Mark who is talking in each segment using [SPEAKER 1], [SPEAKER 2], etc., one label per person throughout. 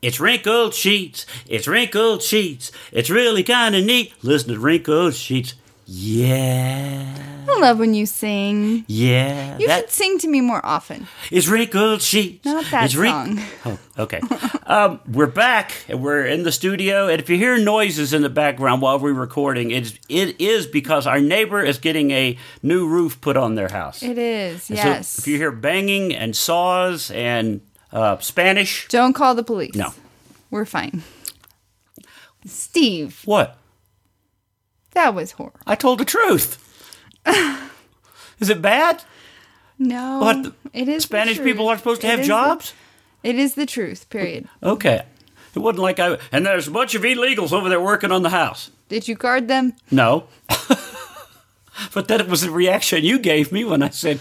[SPEAKER 1] It's wrinkled sheets. It's wrinkled sheets. It's really kind of neat. Listen to wrinkled sheets. Yeah.
[SPEAKER 2] I love when you sing.
[SPEAKER 1] Yeah.
[SPEAKER 2] You
[SPEAKER 1] that
[SPEAKER 2] should sing to me more often.
[SPEAKER 1] is wrinkled sheets.
[SPEAKER 2] Not that
[SPEAKER 1] It's wrin-
[SPEAKER 2] song.
[SPEAKER 1] Oh, okay. um, we're back. and We're in the studio, and if you hear noises in the background while we're recording, it's it is because our neighbor is getting a new roof put on their house.
[SPEAKER 2] It is,
[SPEAKER 1] And so
[SPEAKER 2] yes.
[SPEAKER 1] if you hear banging and saws and uh, Spanish,
[SPEAKER 2] Don't call the police.
[SPEAKER 1] No.
[SPEAKER 2] We're fine. Steve,
[SPEAKER 1] what?
[SPEAKER 2] that was horrible.
[SPEAKER 1] I told the truth. is it bad?
[SPEAKER 2] No.
[SPEAKER 1] What the-
[SPEAKER 2] It is the
[SPEAKER 1] Spanish
[SPEAKER 2] truth.
[SPEAKER 1] people aren't supposed to
[SPEAKER 2] It
[SPEAKER 1] have
[SPEAKER 2] is the-
[SPEAKER 1] jobs?
[SPEAKER 2] it is the truth, period.
[SPEAKER 1] Okay. It wasn't like I. And there's a bunch of illegals over there working on the house.
[SPEAKER 2] Did you guard them?
[SPEAKER 1] No. but that was the reaction you gave me when I said,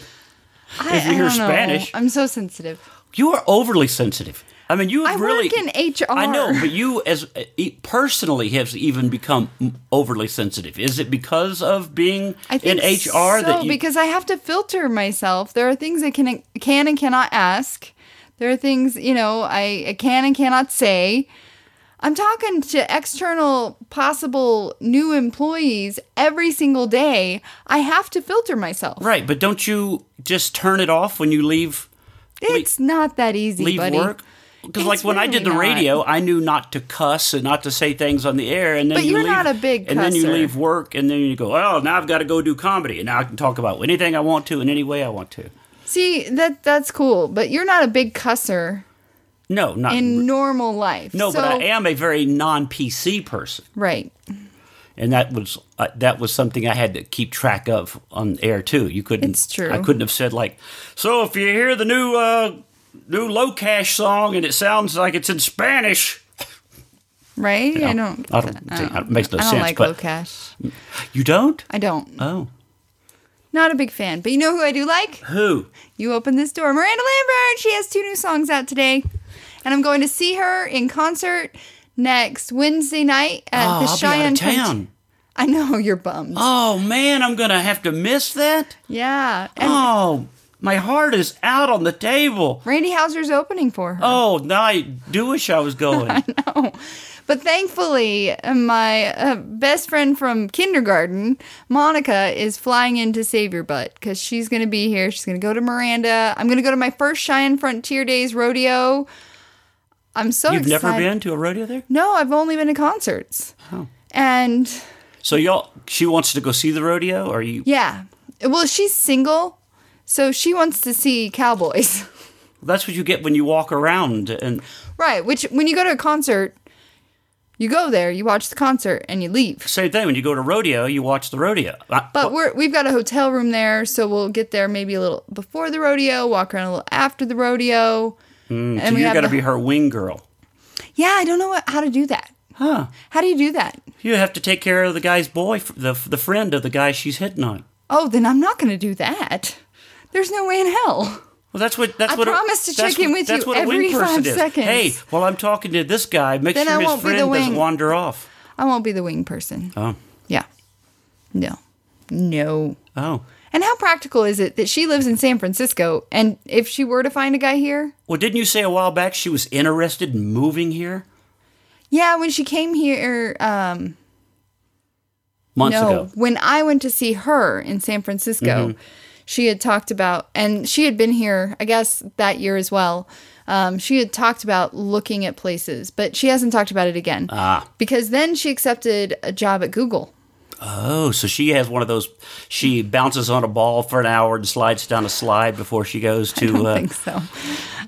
[SPEAKER 2] I,
[SPEAKER 1] If you
[SPEAKER 2] I
[SPEAKER 1] hear
[SPEAKER 2] don't know.
[SPEAKER 1] Spanish-
[SPEAKER 2] I'm so sensitive.
[SPEAKER 1] You are overly sensitive. I mean, you have
[SPEAKER 2] I
[SPEAKER 1] really.
[SPEAKER 2] work in HR.
[SPEAKER 1] I know, but you as e- personally have even become m- overly sensitive. Is it because of being
[SPEAKER 2] I think
[SPEAKER 1] in HR
[SPEAKER 2] so,
[SPEAKER 1] that you,
[SPEAKER 2] because I have to filter myself. There are things I can can and cannot ask. There are things you know I, I can and cannot say. I'm talking to external possible new employees every single day. I have to filter myself.
[SPEAKER 1] right? But don't you just turn it off when you leave
[SPEAKER 2] It's not that easy,
[SPEAKER 1] leave
[SPEAKER 2] buddy.
[SPEAKER 1] work? Because like
[SPEAKER 2] It's
[SPEAKER 1] when I did
[SPEAKER 2] really
[SPEAKER 1] the
[SPEAKER 2] not.
[SPEAKER 1] radio, I knew not to cuss and not to say things on the air, and then
[SPEAKER 2] But
[SPEAKER 1] you
[SPEAKER 2] you're
[SPEAKER 1] leave,
[SPEAKER 2] not a big
[SPEAKER 1] and then you
[SPEAKER 2] cusser.
[SPEAKER 1] leave work, and then you go, oh, now I've got to go do comedy, and now I can talk about anything I want to in any way I want to.
[SPEAKER 2] See that that's cool, but you're not a big cusser
[SPEAKER 1] No, not
[SPEAKER 2] in normal life.
[SPEAKER 1] no,
[SPEAKER 2] so,
[SPEAKER 1] but I am a very non PC person.
[SPEAKER 2] Right.
[SPEAKER 1] and that was uh, that was something I had to keep track of on air too. You couldn't.
[SPEAKER 2] It's true.
[SPEAKER 1] I couldn't have said like, so if you hear the new uh, new low cash song and it sounds like it's in Spanish,
[SPEAKER 2] Right? I don't. get
[SPEAKER 1] I don't
[SPEAKER 2] that.
[SPEAKER 1] think- it makes no
[SPEAKER 2] I don't
[SPEAKER 1] sense,
[SPEAKER 2] like
[SPEAKER 1] but-
[SPEAKER 2] low cash.
[SPEAKER 1] you don't.
[SPEAKER 2] I don't.
[SPEAKER 1] Oh,
[SPEAKER 2] Not a big fan, but you know who I do like?
[SPEAKER 1] who?
[SPEAKER 2] You open this door. Miranda Lambert. She has two new songs out today. And I'm going to see her in concert next Wednesday night at
[SPEAKER 1] Oh,
[SPEAKER 2] Uh, the
[SPEAKER 1] I'll
[SPEAKER 2] Cheyenne
[SPEAKER 1] be out of
[SPEAKER 2] Country-
[SPEAKER 1] town.
[SPEAKER 2] I know you're bummed.
[SPEAKER 1] Oh man, I'm gonna have to miss that.
[SPEAKER 2] Yeah. And
[SPEAKER 1] Oh, my heart is out on the table.
[SPEAKER 2] Randy Hauser's opening for her.
[SPEAKER 1] Oh, now I do wish I was going.
[SPEAKER 2] But thankfully, uh, my uh, best friend from kindergarten, Monica, is flying in to save your butt because she's going to be here. She's going to go to Miranda. I'm going to go to my first Cheyenne Frontier Days rodeo. I'm so
[SPEAKER 1] You've
[SPEAKER 2] excited.
[SPEAKER 1] never been to a rodeo there,
[SPEAKER 2] No, I've only been to concerts.
[SPEAKER 1] Oh.
[SPEAKER 2] And
[SPEAKER 1] so y'all. She wants to go see the rodeo, or you?
[SPEAKER 2] yeah, well, she's single, so she wants to see cowboys.
[SPEAKER 1] That's what you get when you walk around and.
[SPEAKER 2] right, which when you go to a concert, you go there, you watch the concert, and you leave.
[SPEAKER 1] Same thing when you go to rodeo, you watch the rodeo. I-
[SPEAKER 2] But we're, we've got a hotel room there, so we'll get there maybe a little before the rodeo, walk around a little after the rodeo, and
[SPEAKER 1] Mm, so you're
[SPEAKER 2] have
[SPEAKER 1] going to
[SPEAKER 2] the-
[SPEAKER 1] be her wing girl,
[SPEAKER 2] Yeah, I don't know what, how to do that.
[SPEAKER 1] huh?
[SPEAKER 2] How do you do that?
[SPEAKER 1] You have to take care of the guy's boy, the the friend of the guy she's hitting on.
[SPEAKER 2] Oh, then I'm not going to do that. There's no way in hell.
[SPEAKER 1] Well, that's what that's
[SPEAKER 2] I
[SPEAKER 1] what. a-
[SPEAKER 2] promise to
[SPEAKER 1] that's
[SPEAKER 2] check in
[SPEAKER 1] what-
[SPEAKER 2] with
[SPEAKER 1] that's
[SPEAKER 2] you
[SPEAKER 1] what a wing
[SPEAKER 2] every
[SPEAKER 1] person
[SPEAKER 2] five
[SPEAKER 1] is.
[SPEAKER 2] seconds.
[SPEAKER 1] Hey, while I'm talking to this guy, make
[SPEAKER 2] Then I
[SPEAKER 1] sure his
[SPEAKER 2] won't be the
[SPEAKER 1] friend doesn't
[SPEAKER 2] wing.
[SPEAKER 1] wander off.
[SPEAKER 2] I won't be the wing person.
[SPEAKER 1] Oh,
[SPEAKER 2] Yeah. No. No.
[SPEAKER 1] oh.
[SPEAKER 2] And how practical is it that she lives in San Francisco and if she were to find a guy here?
[SPEAKER 1] Well, didn't you say a while back she was interested in moving here
[SPEAKER 2] Yeah, when she came here um
[SPEAKER 1] months
[SPEAKER 2] no,
[SPEAKER 1] ago? Mm-hmm.
[SPEAKER 2] when I went to see her in San Francisco, she had talked about, and she had been here, I guess, that year as well. Um, she had talked about looking at places, but she hasn't talked about it again.
[SPEAKER 1] Ah.
[SPEAKER 2] Because then she accepted a job at Google.
[SPEAKER 1] Oh, so she has one of those. She bounces on a ball for an hour and slides down a slide before she goes to.
[SPEAKER 2] I
[SPEAKER 1] uh,
[SPEAKER 2] think so.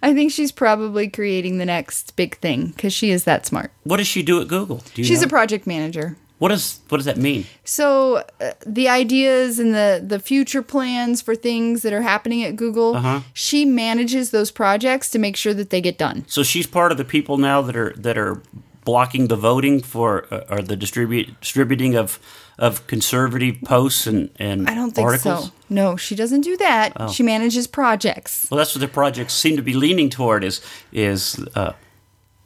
[SPEAKER 2] I think she's probably creating the next big thing because she is that smart.
[SPEAKER 1] What does she do at Google? Do you
[SPEAKER 2] She's
[SPEAKER 1] know?
[SPEAKER 2] a project manager.
[SPEAKER 1] What does what does that mean?
[SPEAKER 2] So uh, the ideas and the the future plans for things that are happening at Google,
[SPEAKER 1] Uh-huh.
[SPEAKER 2] she manages those projects to make sure that they get done.
[SPEAKER 1] So she's part of the people now that are that are blocking the voting for uh, or the distribute distributing of of conservative posts and and
[SPEAKER 2] I don't think
[SPEAKER 1] articles. Oh.
[SPEAKER 2] so. No, she doesn't do that. She manages projects.
[SPEAKER 1] Well, that's what the projects seem to be leaning toward is is uh,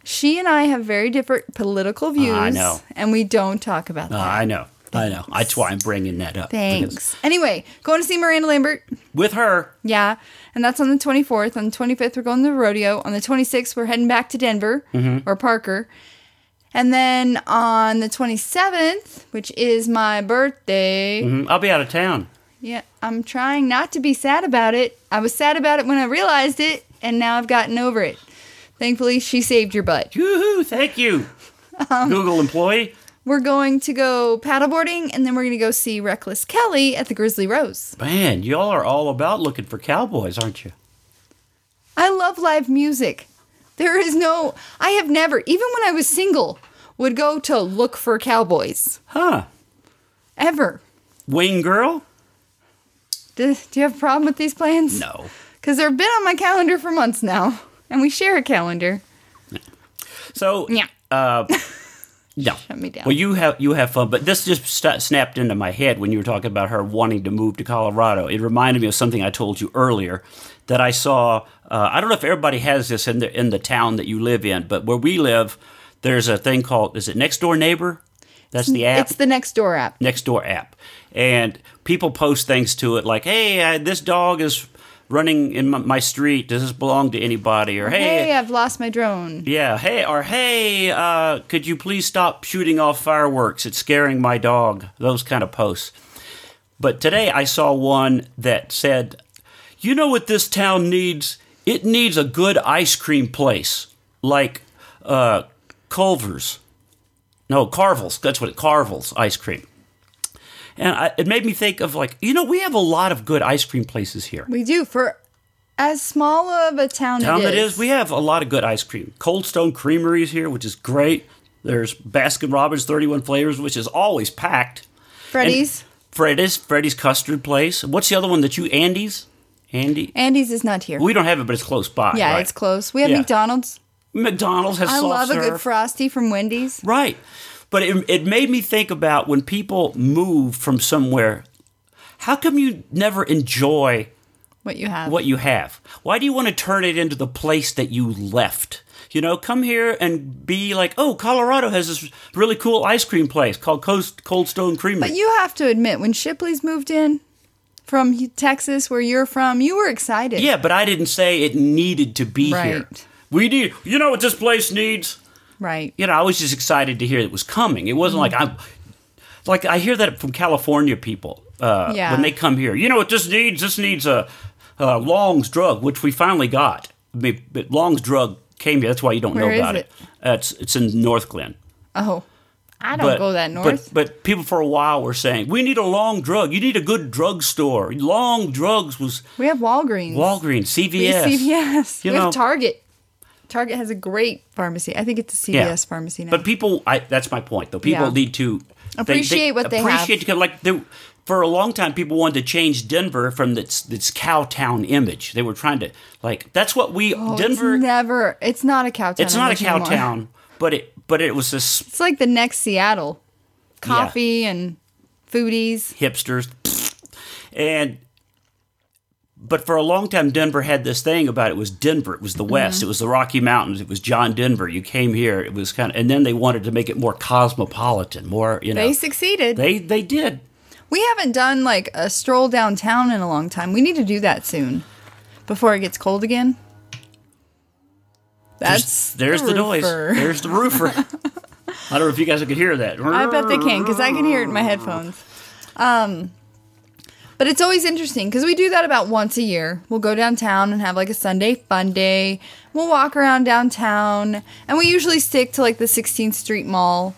[SPEAKER 2] She and I have very different political views
[SPEAKER 1] Ah, I know. Ah.
[SPEAKER 2] and we don't talk about that.
[SPEAKER 1] uh, I know I know. That's why I'm bringing that up.
[SPEAKER 2] Thanks.
[SPEAKER 1] because
[SPEAKER 2] Anyway, going to see Miranda Lambert.
[SPEAKER 1] With her,
[SPEAKER 2] Yeah. And that's on the 24th. On the 25th, we're going to the rodeo. On the 26th, we're heading back to Denver or Parker. And then on the 27th, which is my birthday,
[SPEAKER 1] mm, I'll be out of town.
[SPEAKER 2] yeah, I'm trying not to be sad about it. I was sad about it when I realized it, and now I've gotten over it. Thankfully, she saved your butt.
[SPEAKER 1] Yoo-hoo, thank you,
[SPEAKER 2] Um.
[SPEAKER 1] Google employee.
[SPEAKER 2] We're going to go paddleboarding, and then we're going to go see Reckless Kelly at the Grizzly Rose.
[SPEAKER 1] Man, y'all are all about looking for cowboys, aren't you?
[SPEAKER 2] I love live music. There is no, I have never, even when I was single, would go to look for cowboys
[SPEAKER 1] Huh?
[SPEAKER 2] ever.
[SPEAKER 1] Wing girl?
[SPEAKER 2] Do, do you have a problem with these plans?
[SPEAKER 1] No.
[SPEAKER 2] Because they've been on my calendar for months now, and we share a calendar.
[SPEAKER 1] So
[SPEAKER 2] Yeah.
[SPEAKER 1] Uh, no.
[SPEAKER 2] Shut me down.
[SPEAKER 1] Well, you have you have fun, but this just sta snapped into my head when you were talking about her wanting to move to Colorado. It reminded me of something I told you earlier that I saw. Uh, I don't know if everybody has this in the in the town that you live in, but where we live, there's a thing called is it Next Door Neighbor? That's the app.
[SPEAKER 2] It's the next door app.
[SPEAKER 1] next door app and people post things to it like hey I, this dog is running in my, my street does this belong to anybody or
[SPEAKER 2] Hey,
[SPEAKER 1] hey,
[SPEAKER 2] I've lost my drone.
[SPEAKER 1] yeah hey or hey uh, could you please stop shooting off fireworks it's scaring my dog those kind of posts but today i saw one that said you know what this town needs it needs a good ice cream place like uh, culver's no carvel's that's what it carvel's ice cream and I, it made me think of like you know we have a lot of good ice cream places here
[SPEAKER 2] We do for as small of a town,
[SPEAKER 1] town that is, we have a lot of good ice cream. Cold Stone Creamery is here, which is great. There's Baskin Robbins 31 Flavors, which is always packed.
[SPEAKER 2] Freddy's.
[SPEAKER 1] Freddy's, Freddy's Custard Place. What's the other one that you, Andy's? Andy?
[SPEAKER 2] Andy's is not here.
[SPEAKER 1] We don't have it, but it's close by.
[SPEAKER 2] yeah,
[SPEAKER 1] right?
[SPEAKER 2] it's close. We have
[SPEAKER 1] Yeah.
[SPEAKER 2] McDonald's.
[SPEAKER 1] McDonald's has
[SPEAKER 2] I
[SPEAKER 1] soft
[SPEAKER 2] love a
[SPEAKER 1] serve.
[SPEAKER 2] good frosty from Wendy's.
[SPEAKER 1] Right. But it, it made me think about when people move from somewhere, how come you never enjoy
[SPEAKER 2] What you have?
[SPEAKER 1] what you have. Why do you want to turn it into the place that you left? You know, come here and be like, oh, Colorado has this really cool ice cream place called Coast Cold Stone Creamery.
[SPEAKER 2] But you have to admit, when Shipley's moved in from Hu- Texas, where you're from, you were excited.
[SPEAKER 1] yeah, but I didn't say it needed to be here.
[SPEAKER 2] Right.
[SPEAKER 1] We need, you know what this place needs?
[SPEAKER 2] Right.
[SPEAKER 1] You know, I was just excited to hear it was coming. It wasn't like
[SPEAKER 2] Mm-hmm.
[SPEAKER 1] I'm, like I hear that from California people uh,
[SPEAKER 2] Yeah.
[SPEAKER 1] when they come here. You know what this needs? This needs a, a Long's drug, which we finally got. I mean, but Long's drug came here. That's why you don't
[SPEAKER 2] Where
[SPEAKER 1] know
[SPEAKER 2] is
[SPEAKER 1] about
[SPEAKER 2] it?
[SPEAKER 1] Uh, it's it's in North Glen.
[SPEAKER 2] Oh, I don't go that north.
[SPEAKER 1] But, but people for a while were saying we need a long drug. You need a good drug store. Long drugs was
[SPEAKER 2] we have Walgreens.
[SPEAKER 1] Walgreens,
[SPEAKER 2] We
[SPEAKER 1] CVS.
[SPEAKER 2] have CVS.
[SPEAKER 1] You
[SPEAKER 2] we
[SPEAKER 1] know.
[SPEAKER 2] have Target. Target has a great pharmacy. I think it's a CVS
[SPEAKER 1] Yeah.
[SPEAKER 2] pharmacy now.
[SPEAKER 1] But people, I, that's my point though. People
[SPEAKER 2] Yeah.
[SPEAKER 1] need to they-
[SPEAKER 2] Appreciate what they have.
[SPEAKER 1] appreciate because like they, for a long time people wanted to change Denver from this this cow town image. They were trying to like that's what we
[SPEAKER 2] Oh,
[SPEAKER 1] Denver.
[SPEAKER 2] It's never. It's not a cow town.
[SPEAKER 1] it's not a
[SPEAKER 2] image
[SPEAKER 1] cow
[SPEAKER 2] anymore.
[SPEAKER 1] town, but it but it was this
[SPEAKER 2] It's like the next Seattle. Coffee and foodies.
[SPEAKER 1] hipsters. And but for a long time Denver had this thing about it was Denver, it was the West,
[SPEAKER 2] Mm-hmm.
[SPEAKER 1] it was the Rocky Mountains, it was John Denver. You came here, it was kind of and then they wanted to make it more cosmopolitan, more, you know.
[SPEAKER 2] They succeeded.
[SPEAKER 1] they they did.
[SPEAKER 2] we haven't done like a stroll downtown in a long time. We need to do that soon before it gets cold again. That's
[SPEAKER 1] There's the, noise.
[SPEAKER 2] roofer.
[SPEAKER 1] There's the roofer. I don't know if you guys could hear that.
[SPEAKER 2] I bet they can because I can hear it in my headphones. Um, but it's always interesting because we do that about once a year. We'll go downtown and have like a Sunday fun day. We'll walk around downtown, and we usually stick to like the 16th Street Mall.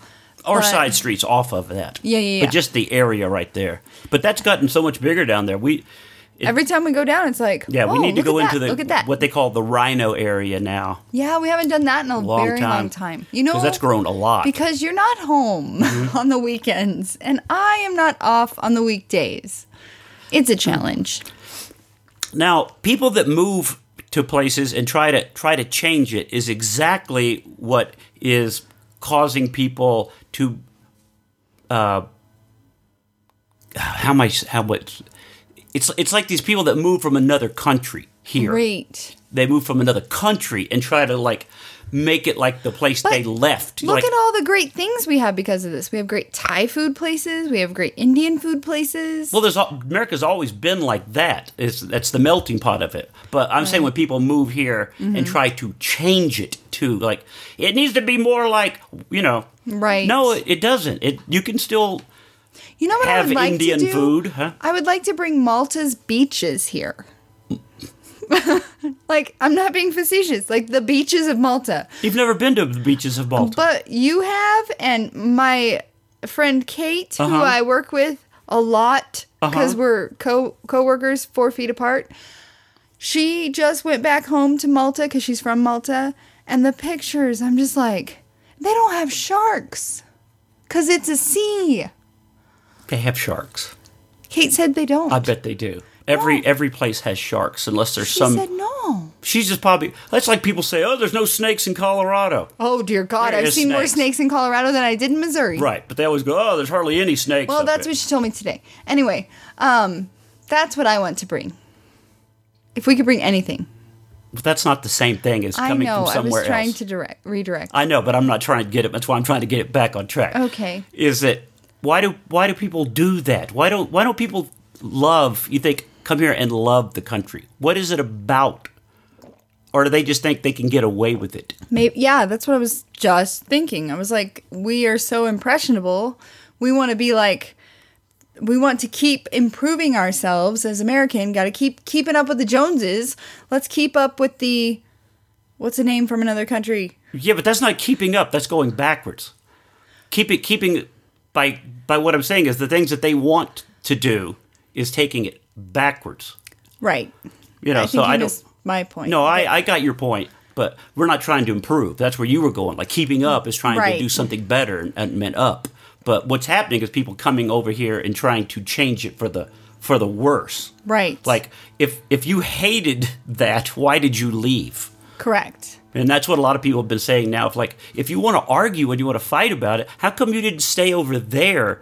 [SPEAKER 1] or
[SPEAKER 2] but-
[SPEAKER 1] side streets off of that.
[SPEAKER 2] Yeah, yeah, yeah.
[SPEAKER 1] But just the area right there. But that's gotten so much bigger down there. We
[SPEAKER 2] Every time we go down, it's like
[SPEAKER 1] yeah, we
[SPEAKER 2] "Whoa,
[SPEAKER 1] need to
[SPEAKER 2] Oh, look
[SPEAKER 1] go
[SPEAKER 2] at
[SPEAKER 1] into
[SPEAKER 2] that,
[SPEAKER 1] the
[SPEAKER 2] look at that.
[SPEAKER 1] what they call the Rhino area now.
[SPEAKER 2] yeah, we haven't done that in a
[SPEAKER 1] long
[SPEAKER 2] very
[SPEAKER 1] time.
[SPEAKER 2] long time. You know,
[SPEAKER 1] Because that's grown a lot.
[SPEAKER 2] because you're not home
[SPEAKER 1] Mm-hmm.
[SPEAKER 2] on the weekends, and I am not off on the weekdays. It's a challenge.
[SPEAKER 1] now, people that move to places and try to try to change it is exactly what is causing people to uh how am I s- how what it's it's like these people that move from another country here.
[SPEAKER 2] Great.
[SPEAKER 1] they move from another country and try to like make it like the place
[SPEAKER 2] But
[SPEAKER 1] they left.
[SPEAKER 2] Look
[SPEAKER 1] like,
[SPEAKER 2] at all the great things we have because of this. We have great Thai food places. We have great Indian food places.
[SPEAKER 1] well, there's al- America's always been like that. It's, that's the melting pot of it. But I'm saying when people move here
[SPEAKER 2] Mm-hmm.
[SPEAKER 1] and try to change it to like it needs to be more like you know.
[SPEAKER 2] Right.
[SPEAKER 1] No, it, it doesn't. It you can still
[SPEAKER 2] you know what I
[SPEAKER 1] have
[SPEAKER 2] would like
[SPEAKER 1] Indian
[SPEAKER 2] to do?
[SPEAKER 1] food, huh?
[SPEAKER 2] I would like to bring Malta's beaches here. like I'm not being facetious. Like the beaches of Malta.
[SPEAKER 1] You've never been to the beaches of Malta.
[SPEAKER 2] But you have, and my friend Kate, who
[SPEAKER 1] Uh-huh.
[SPEAKER 2] I work with a lot because
[SPEAKER 1] Uh-huh.
[SPEAKER 2] we're co coworkers, four feet apart. She just went back home to Malta because she's from Malta, and the pictures, I'm just like, they don't have sharks because it's a sea.
[SPEAKER 1] they have sharks.
[SPEAKER 2] Kate said they don't.
[SPEAKER 1] I bet they do. Every
[SPEAKER 2] No.
[SPEAKER 1] every place has sharks, unless there's
[SPEAKER 2] she
[SPEAKER 1] some.
[SPEAKER 2] said no.
[SPEAKER 1] she's just probably. That's like people say, "Oh, there's no snakes in Colorado."
[SPEAKER 2] Oh dear God!
[SPEAKER 1] There
[SPEAKER 2] I've
[SPEAKER 1] is
[SPEAKER 2] seen more
[SPEAKER 1] snakes.
[SPEAKER 2] snakes in Colorado than I did in Missouri.
[SPEAKER 1] Right, but they always go, "Oh, there's hardly any snakes."
[SPEAKER 2] Well,
[SPEAKER 1] up
[SPEAKER 2] that's
[SPEAKER 1] there."
[SPEAKER 2] what she told me today. Anyway, um, that's what I want to bring. If we could bring anything,
[SPEAKER 1] But that's not the same thing as
[SPEAKER 2] I
[SPEAKER 1] coming
[SPEAKER 2] know.
[SPEAKER 1] from
[SPEAKER 2] I
[SPEAKER 1] somewhere
[SPEAKER 2] was trying
[SPEAKER 1] else.
[SPEAKER 2] to direct, redirect.
[SPEAKER 1] I know, but I'm not trying to get it. That's why I'm trying to get it back on track.
[SPEAKER 2] Okay.
[SPEAKER 1] Is that why do why do people do that? Why don't why don't people love? You think come here and love the country? What is it about? Or do they just think they can get away with it?
[SPEAKER 2] Maybe, yeah, that's what I was just thinking. I was like, we are so impressionable. We want to be like, we want to keep improving ourselves as American. Got to keep keeping up with the Joneses. Let's keep up with the, what's the name from another country?
[SPEAKER 1] Yeah, but that's not keeping up. That's going backwards. Keep it keeping by by what I'm saying is the things that they want to do is taking it backwards.
[SPEAKER 2] Right.
[SPEAKER 1] You know,
[SPEAKER 2] I think
[SPEAKER 1] so
[SPEAKER 2] you
[SPEAKER 1] I don't.
[SPEAKER 2] missed my point.
[SPEAKER 1] No, I, I got your point, but we're not trying to improve. That's where you were going. Like keeping up is trying
[SPEAKER 2] Right.
[SPEAKER 1] to do something better and, and meant up. But what's happening is people coming over here and trying to change it for the for the worse.
[SPEAKER 2] Right.
[SPEAKER 1] Like if if you hated that, why did you leave?
[SPEAKER 2] correct.
[SPEAKER 1] And that's what a lot of people have been saying now. If like if you want to argue and you want to fight about it, how come you didn't stay over there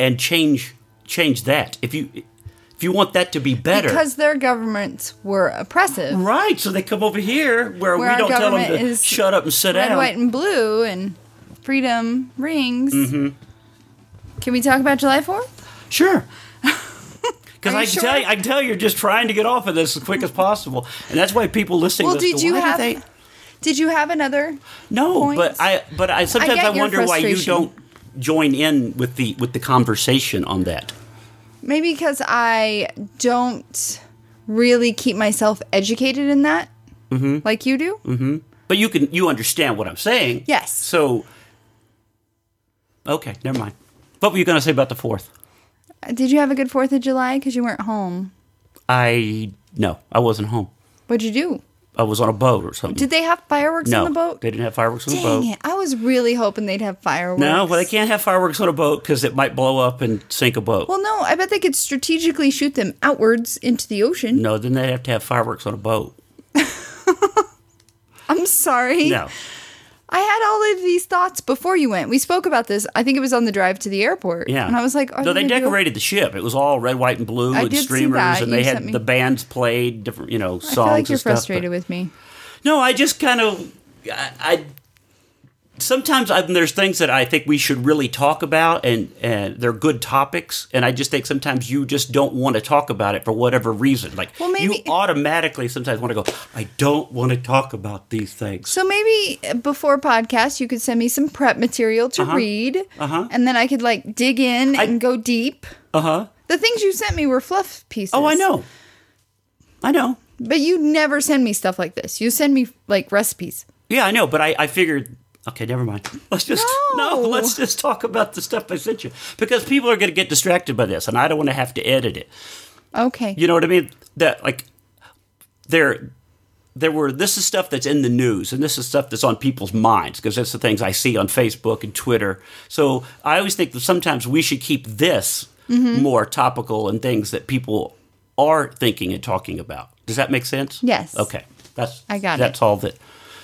[SPEAKER 1] and change change that? If you if you want that to be better,
[SPEAKER 2] Because their governments were oppressive.
[SPEAKER 1] right? So they come over here where,
[SPEAKER 2] Where
[SPEAKER 1] we
[SPEAKER 2] our
[SPEAKER 1] don't tell them
[SPEAKER 2] government
[SPEAKER 1] to
[SPEAKER 2] is
[SPEAKER 1] shut up and sit
[SPEAKER 2] red,
[SPEAKER 1] down.
[SPEAKER 2] white, and blue, and freedom rings.
[SPEAKER 1] Mm-hmm.
[SPEAKER 2] Can we talk about July Fourth?
[SPEAKER 1] Sure. Because
[SPEAKER 2] Are you
[SPEAKER 1] I can
[SPEAKER 2] sure?
[SPEAKER 1] tell you, I can tell you're just trying to get off of this as quick as possible, and that's why people listening.
[SPEAKER 2] Well,
[SPEAKER 1] listen,
[SPEAKER 2] did you
[SPEAKER 1] "Why
[SPEAKER 2] have?
[SPEAKER 1] they-"
[SPEAKER 2] Did you have another?
[SPEAKER 1] No,
[SPEAKER 2] points?
[SPEAKER 1] but I but I sometimes
[SPEAKER 2] get
[SPEAKER 1] I,
[SPEAKER 2] your
[SPEAKER 1] wonder why you
[SPEAKER 2] frustration.
[SPEAKER 1] don't join in with the with the conversation on that.
[SPEAKER 2] Maybe because I don't really keep myself educated in that,
[SPEAKER 1] Mm-hmm.
[SPEAKER 2] like you do.
[SPEAKER 1] But you can you understand what I'm saying?
[SPEAKER 2] Yes.
[SPEAKER 1] So Okay, never mind. What were you going to say about the 4th? Mm-hmm.
[SPEAKER 2] Did you have a good Fourth of July? Because you weren't home.
[SPEAKER 1] I no, I wasn't home.
[SPEAKER 2] What'd you do?
[SPEAKER 1] I was on a boat or something.
[SPEAKER 2] Did they have fireworks
[SPEAKER 1] no,
[SPEAKER 2] on the boat?
[SPEAKER 1] They didn't have fireworks on the boat.
[SPEAKER 2] Dang it! I was really hoping they'd have fireworks.
[SPEAKER 1] No, well they can't have fireworks on a boat cuz it might blow up and sink a boat.
[SPEAKER 2] Well, no, I bet they could strategically shoot them outwards into the ocean.
[SPEAKER 1] no, then they'd have to have fireworks on a boat.
[SPEAKER 2] I'm sorry.
[SPEAKER 1] No.
[SPEAKER 2] I had all of these thoughts before you went. We spoke about this. I think it was on the drive to the airport.
[SPEAKER 1] Yeah.
[SPEAKER 2] And I was like, oh,
[SPEAKER 1] no, they decorated the ship. It was all red, white, and blue
[SPEAKER 2] I
[SPEAKER 1] and
[SPEAKER 2] did see
[SPEAKER 1] streamers
[SPEAKER 2] that.
[SPEAKER 1] and
[SPEAKER 2] You
[SPEAKER 1] they
[SPEAKER 2] sent me-
[SPEAKER 1] had the bands played different, you know, songs
[SPEAKER 2] I feel like you're
[SPEAKER 1] and stuff. but-
[SPEAKER 2] frustrated with me.
[SPEAKER 1] No, I just kind of, I, I sometimes I, there's things that I think we should really talk about, and and they're good topics, and I just think sometimes you just don't want to talk about it for whatever reason. Like,
[SPEAKER 2] Well, maybe-
[SPEAKER 1] you automatically sometimes want to go, I don't want to talk about these things.
[SPEAKER 2] So maybe uh, before podcast, you could send me some prep material to read.
[SPEAKER 1] Uh-huh.
[SPEAKER 2] And then I could like dig in and go deep.
[SPEAKER 1] Uh huh.
[SPEAKER 2] The things you sent me were fluff pieces.
[SPEAKER 1] Oh, I know. I know.
[SPEAKER 2] But you never send me stuff like this. You send me like recipes.
[SPEAKER 1] Yeah, I know, but I, I figured, okay, never mind. Let's just,
[SPEAKER 2] No.
[SPEAKER 1] no. let's just talk about the stuff I sent you because people are going to get distracted by this, and I don't want to have to edit it.
[SPEAKER 2] Okay.
[SPEAKER 1] You know what I mean? That like there there were this is stuff that's in the news and this is stuff that's on people's minds because that's the things I see on Facebook and Twitter. So I always think that sometimes we should keep this
[SPEAKER 2] Mm-hmm.
[SPEAKER 1] more topical and things that people are thinking and talking about. Does that make sense?
[SPEAKER 2] Yes.
[SPEAKER 1] Okay. That's
[SPEAKER 2] I got it.
[SPEAKER 1] that's all that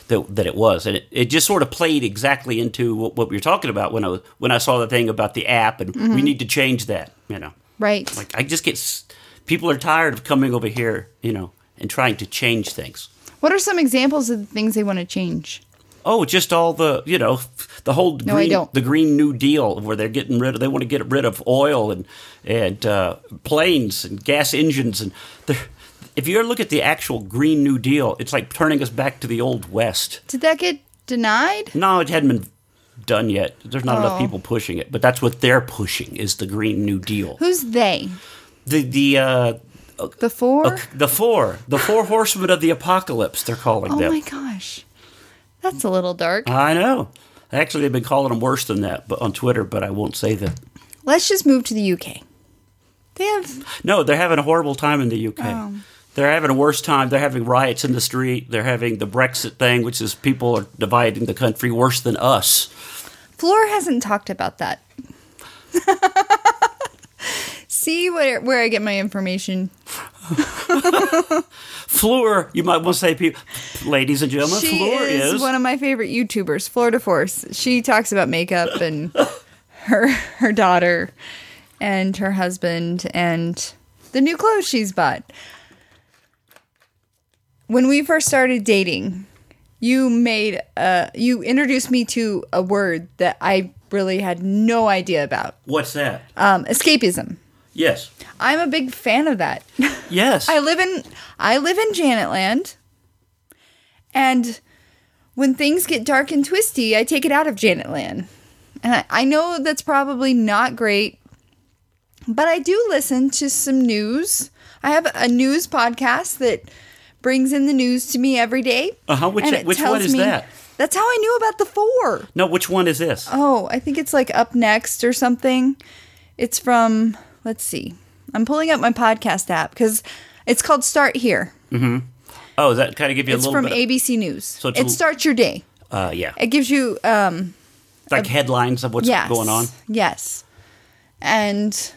[SPEAKER 1] that, that it was, and it, it just sort of played exactly into what, what we were talking about when I was, when I saw the thing about the app, and
[SPEAKER 2] Mm-hmm.
[SPEAKER 1] we need to change that. You know,
[SPEAKER 2] Right.
[SPEAKER 1] like I just get s- people are tired of coming over here, you know, and trying to change things.
[SPEAKER 2] What are some examples of the things they want to change?
[SPEAKER 1] Oh, just all the you know the whole green,
[SPEAKER 2] I don't.
[SPEAKER 1] the Green New Deal where they're getting rid of they want to get rid of oil and and uh, planes and gas engines and they're- if you ever look at the actual Green New Deal, it's like turning us back to the old West.
[SPEAKER 2] Did that get denied?
[SPEAKER 1] No, it hadn't been done yet. There's not enough
[SPEAKER 2] Oh.
[SPEAKER 1] people pushing it, but that's what they're pushing is the Green New Deal.
[SPEAKER 2] Who's they?
[SPEAKER 1] The the uh,
[SPEAKER 2] The four?
[SPEAKER 1] the four, the four horsemen of the apocalypse, they're calling
[SPEAKER 2] oh
[SPEAKER 1] them.
[SPEAKER 2] my gosh. That's a little dark.
[SPEAKER 1] I know. Actually, they've been calling them worse than that, but on Twitter. But I won't say that.
[SPEAKER 2] Let's just move to the UK. They have
[SPEAKER 1] No, they're having a horrible time in the UK.
[SPEAKER 2] Oh.
[SPEAKER 1] They're having a worse time. They're having riots in the street. They're having the Brexit thing, which is people are dividing the country worse than us.
[SPEAKER 2] Floor hasn't talked about that. See where where I get my information.
[SPEAKER 1] Fleur, you might want to say, people, ladies and gentlemen,
[SPEAKER 2] she
[SPEAKER 1] Fleur
[SPEAKER 2] is,
[SPEAKER 1] is,
[SPEAKER 2] one of my favorite YouTubers, Florida Force. She talks about makeup and her her daughter and her husband and the new clothes she's bought. When we first started dating, you made a, you introduced me to a word that I really had no idea about.
[SPEAKER 1] what's that?
[SPEAKER 2] Um, escapism.
[SPEAKER 1] yes,
[SPEAKER 2] I'm a big fan of that.
[SPEAKER 1] yes.
[SPEAKER 2] I live in I live in Janetland, and when things get dark and twisty, I take it out of Janetland, and I, I know that's probably not great, but I do listen to some news. I have a news podcast that brings in the news to me every day.
[SPEAKER 1] Uh-huh, which-
[SPEAKER 2] and it
[SPEAKER 1] which one
[SPEAKER 2] tells
[SPEAKER 1] is that?
[SPEAKER 2] That's how I knew about the four.
[SPEAKER 1] no, which one is this?
[SPEAKER 2] Oh, I think it's like up next or something. It's from, let's see. I'm pulling up my podcast app because it's called Start Here.
[SPEAKER 1] oh, that kind of give you a
[SPEAKER 2] It's
[SPEAKER 1] little
[SPEAKER 2] from
[SPEAKER 1] bit. of-
[SPEAKER 2] ABC News.
[SPEAKER 1] it's a
[SPEAKER 2] it
[SPEAKER 1] l-
[SPEAKER 2] starts your day.
[SPEAKER 1] uh, yeah,
[SPEAKER 2] It gives you, um,
[SPEAKER 1] like headlines of what's
[SPEAKER 2] yes.
[SPEAKER 1] going on.
[SPEAKER 2] Yes. And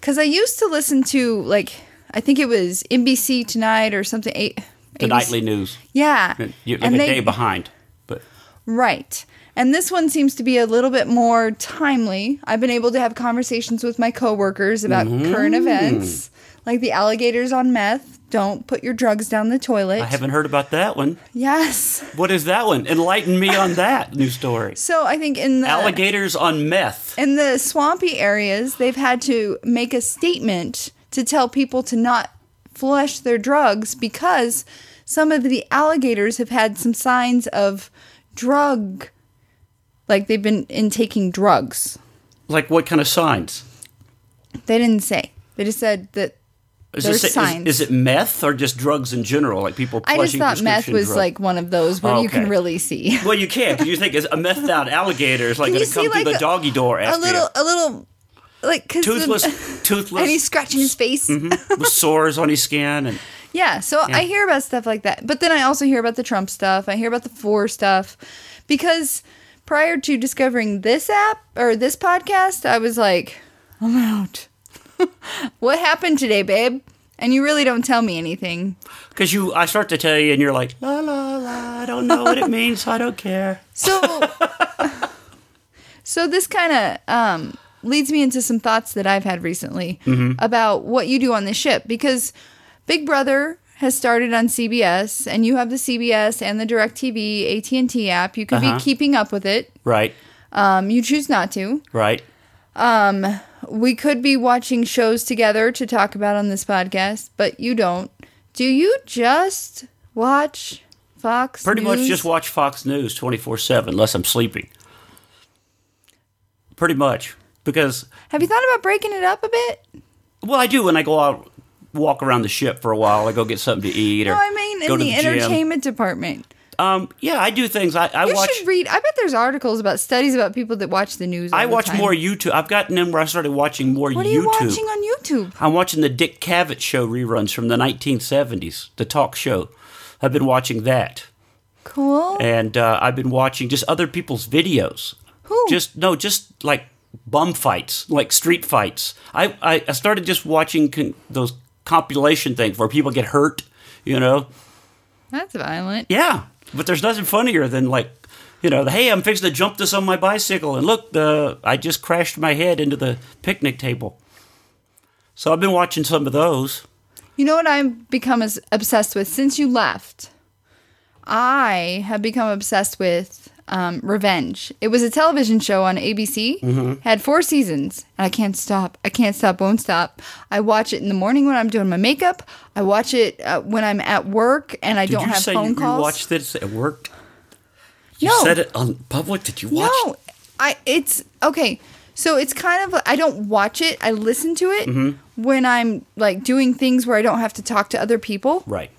[SPEAKER 2] because I used to listen to, like, I think it was NBC Tonight or something. A-
[SPEAKER 1] The
[SPEAKER 2] ABC
[SPEAKER 1] nightly news.
[SPEAKER 2] Yeah.
[SPEAKER 1] You're like
[SPEAKER 2] And
[SPEAKER 1] a
[SPEAKER 2] they-
[SPEAKER 1] day behind, but
[SPEAKER 2] Right. And this one seems to be a little bit more timely. I've been able to have conversations with my coworkers about
[SPEAKER 1] Mm-hmm.
[SPEAKER 2] current events, like the alligators on meth. Don't put your drugs down the toilet.
[SPEAKER 1] I haven't heard about that one.
[SPEAKER 2] yes.
[SPEAKER 1] What is that one? Enlighten me on that new story.
[SPEAKER 2] So I think in the
[SPEAKER 1] Alligators on meth.
[SPEAKER 2] in the swampy areas, they've had to make a statement to tell people to not flush their drugs because some of the alligators have had some signs of drug like they've been in taking drugs.
[SPEAKER 1] Like what kind of signs?
[SPEAKER 2] They didn't say. They just said that.
[SPEAKER 1] Is
[SPEAKER 2] There's
[SPEAKER 1] this- is-
[SPEAKER 2] signs.
[SPEAKER 1] Is, it meth or just drugs in general? Like people
[SPEAKER 2] I
[SPEAKER 1] flushing
[SPEAKER 2] just thought meth
[SPEAKER 1] prescription
[SPEAKER 2] was
[SPEAKER 1] drugs?
[SPEAKER 2] like one of those where you can
[SPEAKER 1] Okay.
[SPEAKER 2] really see.
[SPEAKER 1] Well, you can't. 'cause You think it's a methed out alligator is like
[SPEAKER 2] Can
[SPEAKER 1] going
[SPEAKER 2] you
[SPEAKER 1] to
[SPEAKER 2] see
[SPEAKER 1] come
[SPEAKER 2] like
[SPEAKER 1] through the
[SPEAKER 2] a-
[SPEAKER 1] doggy door
[SPEAKER 2] a
[SPEAKER 1] after
[SPEAKER 2] little,
[SPEAKER 1] you.
[SPEAKER 2] a little, like cause the-
[SPEAKER 1] Toothless, Mm-hmm. toothless,
[SPEAKER 2] and he's scratching his face.
[SPEAKER 1] with sores on his skin, and
[SPEAKER 2] Yeah, so I hear about stuff like that. But then I also hear about the Trump stuff. I hear about the four stuff because prior to discovering this app or this podcast, I was like, I'm out. what happened today, babe? And you really don't tell me anything.
[SPEAKER 1] because you, I start to tell you, and you're like, la la la, I don't know what it means, so I don't care.
[SPEAKER 2] So, so this kind of um, leads me into some thoughts that I've had recently
[SPEAKER 1] Mm-hmm.
[SPEAKER 2] about what you do on the ship because Big Brother has started on CBS, and you have the CBS and the Directv AT and T app. You could
[SPEAKER 1] Uh-huh.
[SPEAKER 2] be keeping up with it.
[SPEAKER 1] Right,
[SPEAKER 2] Um, you choose not to.
[SPEAKER 1] right.
[SPEAKER 2] We could be watching shows together to talk about on this podcast, but you don't. Do you just watch Fox?
[SPEAKER 1] Pretty much
[SPEAKER 2] News?
[SPEAKER 1] just watch Fox News 24 7, unless I'm sleeping. Pretty much. Because,
[SPEAKER 2] Have you thought about breaking it up a bit?
[SPEAKER 1] well, I do when I go out, walk around the ship for a while, I go get something to eat or
[SPEAKER 2] No, I mean
[SPEAKER 1] go
[SPEAKER 2] in
[SPEAKER 1] to
[SPEAKER 2] the,
[SPEAKER 1] the, gym.
[SPEAKER 2] entertainment department.
[SPEAKER 1] Um, yeah, I do things. I, I
[SPEAKER 2] You
[SPEAKER 1] watch.
[SPEAKER 2] should read. I bet there's articles about studies about people that watch the news. all
[SPEAKER 1] I
[SPEAKER 2] the
[SPEAKER 1] watch
[SPEAKER 2] time.
[SPEAKER 1] more YouTube. I've gotten in where I started watching more
[SPEAKER 2] What are you
[SPEAKER 1] YouTube.
[SPEAKER 2] watching on YouTube?
[SPEAKER 1] I'm watching the Dick Cavett show reruns from the 1970s, the talk show. I've been watching that,
[SPEAKER 2] Cool.
[SPEAKER 1] and uh, I've been watching just other people's videos.
[SPEAKER 2] Who?
[SPEAKER 1] Just no, just like bum fights, like street fights. I I, I started just watching con- those compilation things where people get hurt. You know,
[SPEAKER 2] That's violent.
[SPEAKER 1] yeah, but there's nothing funnier than like, you know, the, hey, I'm fixing to jump this on my bicycle, and look, the I just crashed my head into the picnic table. So I've been watching some of those.
[SPEAKER 2] You know what I've become as obsessed with since you left? I have become obsessed with um, Revenge. It was a television show on ABC,
[SPEAKER 1] Mm-hmm.
[SPEAKER 2] had four seasons, and I can't stop. I can't stop, won't stop. I watch it in the morning when I'm doing my makeup. I watch it uh, when I'm at work and I
[SPEAKER 1] Did
[SPEAKER 2] don't
[SPEAKER 1] you
[SPEAKER 2] have
[SPEAKER 1] say
[SPEAKER 2] phone
[SPEAKER 1] you,
[SPEAKER 2] calls.
[SPEAKER 1] you watched this? It worked. You
[SPEAKER 2] No.
[SPEAKER 1] said it on public. Did you watch?
[SPEAKER 2] No, I it's okay. So it's kind of I don't watch it. I listen to it
[SPEAKER 1] Mm-hmm.
[SPEAKER 2] when I'm like doing things where I don't have to talk to other people.
[SPEAKER 1] Right.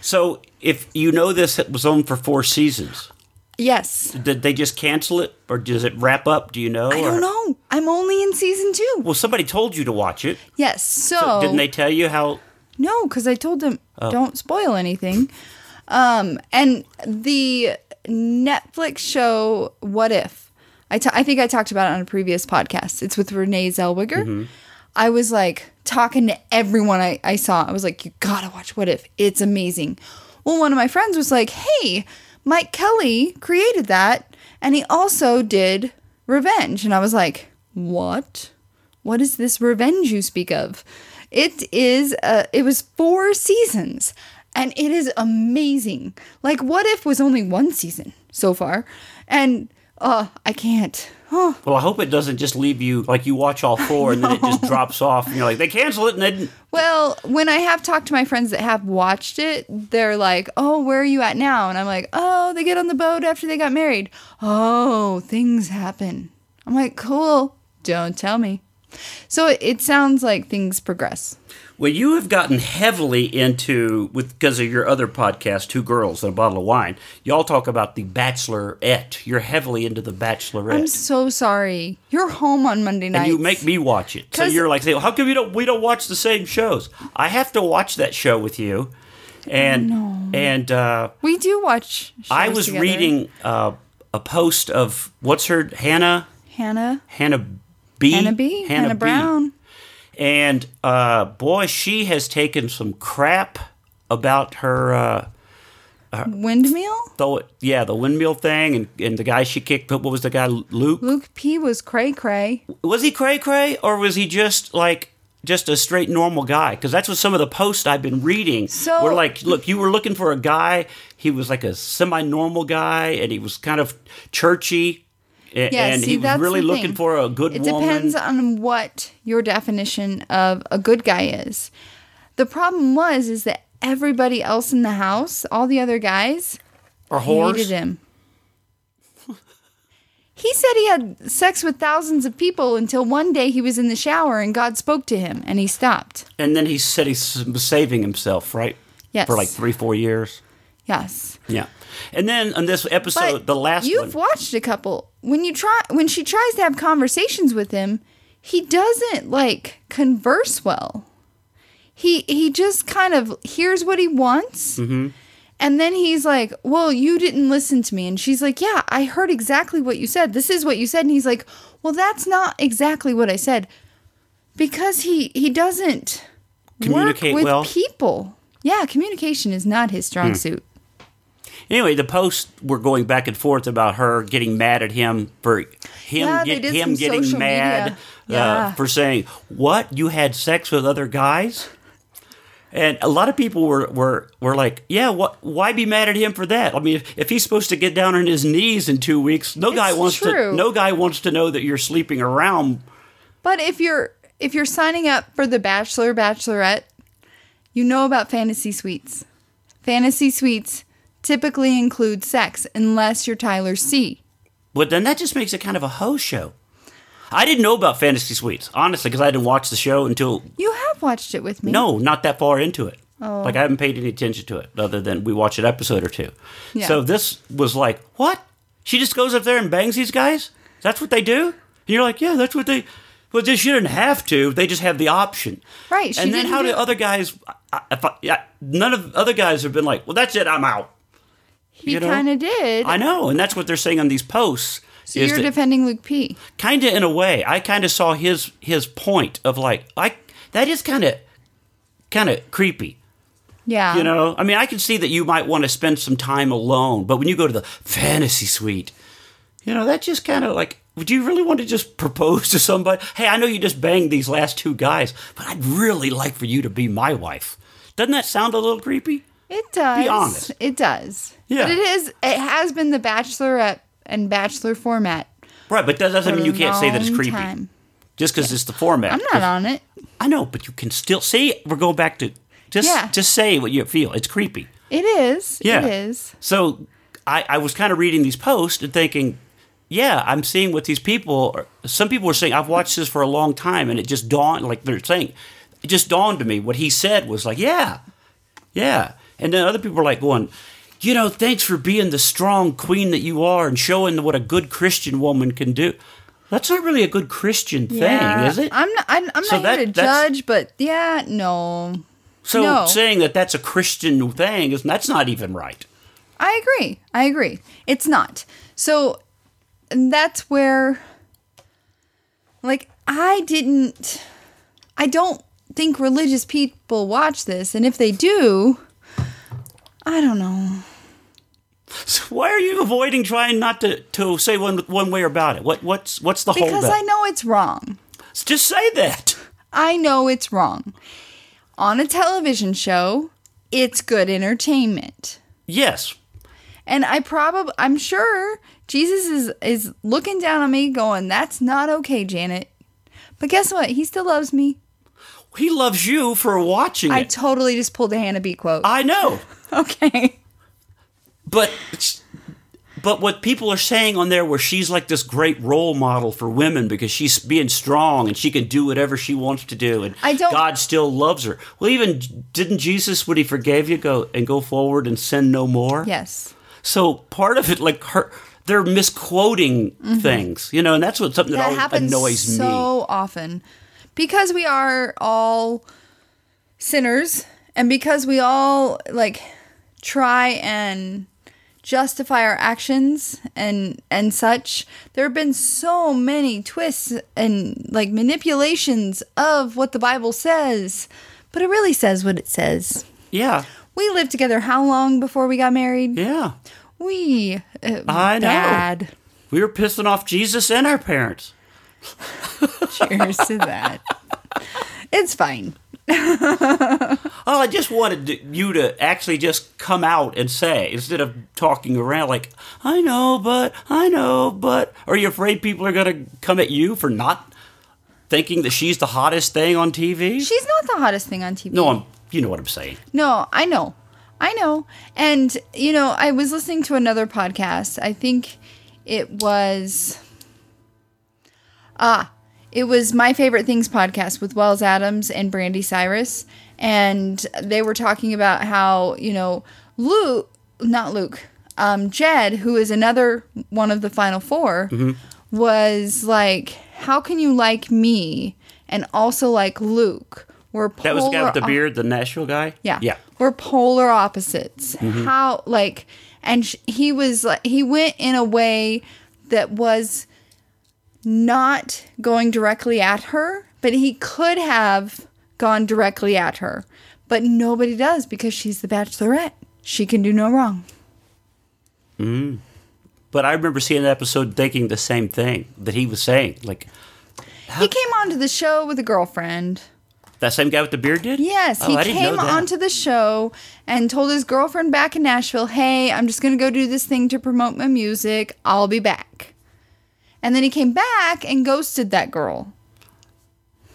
[SPEAKER 1] So if you know this, it was on for four seasons.
[SPEAKER 2] Yes.
[SPEAKER 1] Did they just cancel it, or does it wrap up? Do you know?
[SPEAKER 2] I don't know. I'm only in season 2.
[SPEAKER 1] Well, somebody told you to watch it.
[SPEAKER 2] Yes. So,
[SPEAKER 1] Didn't they tell you how?
[SPEAKER 2] No, cuz I told them don't spoil anything. Um and the Netflix show What If. I ta- I think I talked about it on a previous podcast. It's with Renee Zellweger. I was like talking to everyone I, I saw. I was like, you gotta watch What If. It's amazing. Well, one of my friends was like, hey, Mike Kelly created that and he also did Revenge. And I was like, what? What is this Revenge you speak of? It is, uh, it was four seasons and it is amazing. Like, What If was only one season so far. And, uh, I can't. Oh,
[SPEAKER 1] Well, I hope it doesn't just leave you like you watch all four and then it just drops off, and you're like, they cancel it, and they didn't.
[SPEAKER 2] Well, when I have talked to my friends that have watched it, they're like, "Oh, where are you at now?" And I'm like, "Oh, they get on the boat after they got married. Oh, things happen." I'm like, "Cool. Don't tell me." So it, it sounds like things progress.
[SPEAKER 1] Well, you have gotten heavily into with because of your other podcast, Two Girls and a Bottle of Wine. Y'all talk about the Bachelorette. You're heavily into the Bachelorette,
[SPEAKER 2] I'm so sorry. You're home on Monday night.
[SPEAKER 1] and you make me watch it. So
[SPEAKER 2] 'Cause-
[SPEAKER 1] you're like, saying, how come you don't? We don't watch the same shows. I have to watch that show with you, and and uh,
[SPEAKER 2] We do watch. Shows
[SPEAKER 1] I was
[SPEAKER 2] together.
[SPEAKER 1] reading uh, a post of what's her Hannah
[SPEAKER 2] Hannah,
[SPEAKER 1] Hannah B
[SPEAKER 2] Hannah B, Hannah,
[SPEAKER 1] E, B.
[SPEAKER 2] Brown.
[SPEAKER 1] and uh, boy, she has taken some crap about her. Uh,
[SPEAKER 2] Windmill.
[SPEAKER 1] though yeah the windmill thing and, and the guy she kicked what was the guy luke
[SPEAKER 2] Luke P was cray cray.
[SPEAKER 1] was he cray cray or was he just like just a straight normal guy because that's what some of the posts i've been reading
[SPEAKER 2] So-
[SPEAKER 1] were like look you were looking for a guy he was like a semi-normal guy and he was kind of churchy a- and,
[SPEAKER 2] Yeah, see,
[SPEAKER 1] he was
[SPEAKER 2] that's
[SPEAKER 1] really
[SPEAKER 2] the
[SPEAKER 1] looking
[SPEAKER 2] thing.
[SPEAKER 1] for a good
[SPEAKER 2] it
[SPEAKER 1] woman
[SPEAKER 2] depends on what your definition of a good guy is. The problem was is that everybody else in the house, all the other guys,
[SPEAKER 1] or whores
[SPEAKER 2] hated him. He said he had sex with thousands of people until one day he was in the shower and God spoke to him and he stopped.
[SPEAKER 1] and then he said he's saving himself right
[SPEAKER 2] Yes.
[SPEAKER 1] for like three four years
[SPEAKER 2] Yes.
[SPEAKER 1] yeah and then on this episode the last one
[SPEAKER 2] you've watched a couple. When you try when she tries to have conversations with him, he doesn't like converse well. He he just kind of hears what he wants.
[SPEAKER 1] Mm-hmm.
[SPEAKER 2] And then he's like, "Well, you didn't listen to me." And she's like, "Yeah, I heard exactly what you said. This is what you said." And he's like, "Well, that's not exactly what I said." Because he he doesn't
[SPEAKER 1] Communicate
[SPEAKER 2] work with
[SPEAKER 1] well? Hmm.
[SPEAKER 2] people. Yeah, communication is not his strong suit.
[SPEAKER 1] Anyway, the posts were going back and forth about her getting mad at him for him
[SPEAKER 2] Yeah, they
[SPEAKER 1] get,
[SPEAKER 2] did
[SPEAKER 1] him
[SPEAKER 2] some
[SPEAKER 1] getting
[SPEAKER 2] social
[SPEAKER 1] mad
[SPEAKER 2] media. Yeah.
[SPEAKER 1] uh, for saying what you had sex with other guys. And a lot of people were, were, were like, yeah, what? Why be mad at him for that? I mean, if, if he's supposed to get down on his knees in two weeks, no guy
[SPEAKER 2] It's
[SPEAKER 1] wants
[SPEAKER 2] true.
[SPEAKER 1] to. No guy wants to know that you're sleeping around.
[SPEAKER 2] But if you're if you're signing up for the Bachelor Bachelorette, you know about fantasy suites. Fantasy suites typically include sex unless you're Tyler C.
[SPEAKER 1] But then that just makes it kind of a hoe show. I didn't know about fantasy suites honestly because I didn't watch the show until
[SPEAKER 2] You have watched it with me.
[SPEAKER 1] No, not that far into it.
[SPEAKER 2] Oh.
[SPEAKER 1] Like I haven't paid any attention to it other than we watch an episode or two.
[SPEAKER 2] Yeah.
[SPEAKER 1] So this was like, what? She just goes up there and bangs these guys? That's what they do? And you're like, yeah, that's what they. Well, they shouldn't have to. They just have the option,
[SPEAKER 2] Right, she
[SPEAKER 1] and then
[SPEAKER 2] didn't
[SPEAKER 1] how do
[SPEAKER 2] do-
[SPEAKER 1] other guys? I, if I, yeah, none of other guys have been like, well, that's it. I'm out.
[SPEAKER 2] he
[SPEAKER 1] you know,
[SPEAKER 2] kind of did.
[SPEAKER 1] I know, and that's what they're saying on these posts.
[SPEAKER 2] so
[SPEAKER 1] is
[SPEAKER 2] you're
[SPEAKER 1] that-
[SPEAKER 2] defending Luke P.
[SPEAKER 1] kind of in a way i kind of saw his his point of like i that is kind of kind of creepy
[SPEAKER 2] Yeah.
[SPEAKER 1] you know i mean i can see that you might want to spend some time alone but when you go to the fantasy suite you know that just kind of like would you really want to just propose to somebody hey i know you just banged these last two guys but i'd really like for you to be my wife Doesn't that sound a little creepy?
[SPEAKER 2] It does.
[SPEAKER 1] honest.
[SPEAKER 2] It does.
[SPEAKER 1] Yeah.
[SPEAKER 2] But it is. It has been the Bachelorette and Bachelor format.
[SPEAKER 1] Right, but that doesn't
[SPEAKER 2] for
[SPEAKER 1] mean you
[SPEAKER 2] a
[SPEAKER 1] can't say that it's
[SPEAKER 2] long
[SPEAKER 1] creepy
[SPEAKER 2] time.
[SPEAKER 1] just because it's the format.
[SPEAKER 2] I'm not on it.
[SPEAKER 1] I know, but you can still see. We're going back to just
[SPEAKER 2] Yeah.
[SPEAKER 1] just say what you feel. It's creepy.
[SPEAKER 2] It is.
[SPEAKER 1] Yeah.
[SPEAKER 2] It is.
[SPEAKER 1] So I, I was kind of reading these posts and thinking, yeah, I'm seeing what these people are. Some people are saying, I've watched this for a long time, and it just dawned, like they're saying, it just dawned to me. What he said was like, yeah, yeah. And then other people are like going, you know, thanks for being the strong queen that you are and showing what a good Christian woman can do. That's not really a good Christian
[SPEAKER 2] Yeah.
[SPEAKER 1] thing, is it?
[SPEAKER 2] I'm not. I'm, I'm
[SPEAKER 1] So
[SPEAKER 2] not
[SPEAKER 1] that-
[SPEAKER 2] here to
[SPEAKER 1] that's-
[SPEAKER 2] judge, but yeah, no.
[SPEAKER 1] so
[SPEAKER 2] no.
[SPEAKER 1] saying that that's a Christian thing is that's not even right.
[SPEAKER 2] I agree. I agree. It's not. So and that's where like I didn't I don't think religious people watch this and if they do I don't know.
[SPEAKER 1] So why are you avoiding trying not to, to say one one way about it? What what's what's the
[SPEAKER 2] Because
[SPEAKER 1] holdup?
[SPEAKER 2] I know it's wrong.
[SPEAKER 1] Just say that.
[SPEAKER 2] I know it's wrong. On a television show, it's good entertainment.
[SPEAKER 1] Yes.
[SPEAKER 2] And I probably, I'm sure Jesus is is looking down on me, going, "That's not okay, Janet." But guess what? He still loves me.
[SPEAKER 1] He loves you for watching
[SPEAKER 2] I
[SPEAKER 1] it.
[SPEAKER 2] totally just pulled a Hannah B quote.
[SPEAKER 1] I know.
[SPEAKER 2] okay.
[SPEAKER 1] But but what people are saying on there where she's like this great role model for women because she's being strong and she can do whatever she wants to do and
[SPEAKER 2] I don't-
[SPEAKER 1] God still loves her. Well even didn't Jesus when he forgave you go and go forward and sin no more?
[SPEAKER 2] Yes.
[SPEAKER 1] So part of it, like her, they're misquoting things, you know, and that's what something that,
[SPEAKER 2] Mm-hmm. That
[SPEAKER 1] always
[SPEAKER 2] happens
[SPEAKER 1] annoys me.
[SPEAKER 2] so often because we are all sinners and because we all like try and justify our actions and and such there have been so many twists and like manipulations of what the bible says but it really says what it says
[SPEAKER 1] Yeah,
[SPEAKER 2] we lived together how long before we got married
[SPEAKER 1] yeah.
[SPEAKER 2] we uh,
[SPEAKER 1] I know.
[SPEAKER 2] bad
[SPEAKER 1] We were pissing off Jesus and our parents.
[SPEAKER 2] Cheers to that. It's fine.
[SPEAKER 1] Oh, I just wanted to- you to actually just come out and say instead of talking around like, I know, but I know, but are you afraid people are going to come at you for not thinking that she's the hottest thing on TV?
[SPEAKER 2] She's not the hottest thing on TV.
[SPEAKER 1] no, I'm, you know what I'm saying.
[SPEAKER 2] No, I know. I know. And, you know, I was listening to another podcast. I think it was. Ah, it was My Favorite Things podcast with Wells Adams and Brandy Cyrus. And they were talking about how, you know, Luke, not Luke, um, Jed, who is another one of the Final 4
[SPEAKER 1] Mm-hmm.
[SPEAKER 2] was like, how can you like me and also like Luke? We're
[SPEAKER 1] That was the guy with the
[SPEAKER 2] polar
[SPEAKER 1] beard, the Nashville guy?
[SPEAKER 2] uh, yeah.
[SPEAKER 1] Yeah.
[SPEAKER 2] We're polar opposites. How like and sh- he was like he went in a way that was not going directly at her, but he could have gone directly at her. But nobody does because she's the bachelorette. She can do no wrong.
[SPEAKER 1] But I remember seeing that episode thinking the same thing that he was saying. Like,
[SPEAKER 2] He came onto the show with a girlfriend.
[SPEAKER 1] That same guy with the beard did?
[SPEAKER 2] Yes,
[SPEAKER 1] Oh,
[SPEAKER 2] he
[SPEAKER 1] I didn't know
[SPEAKER 2] came
[SPEAKER 1] that.
[SPEAKER 2] onto the show and told his girlfriend back in Nashville, "Hey, I'm just going to go do this thing to promote my music. I'll be back." And then he came back and ghosted that girl.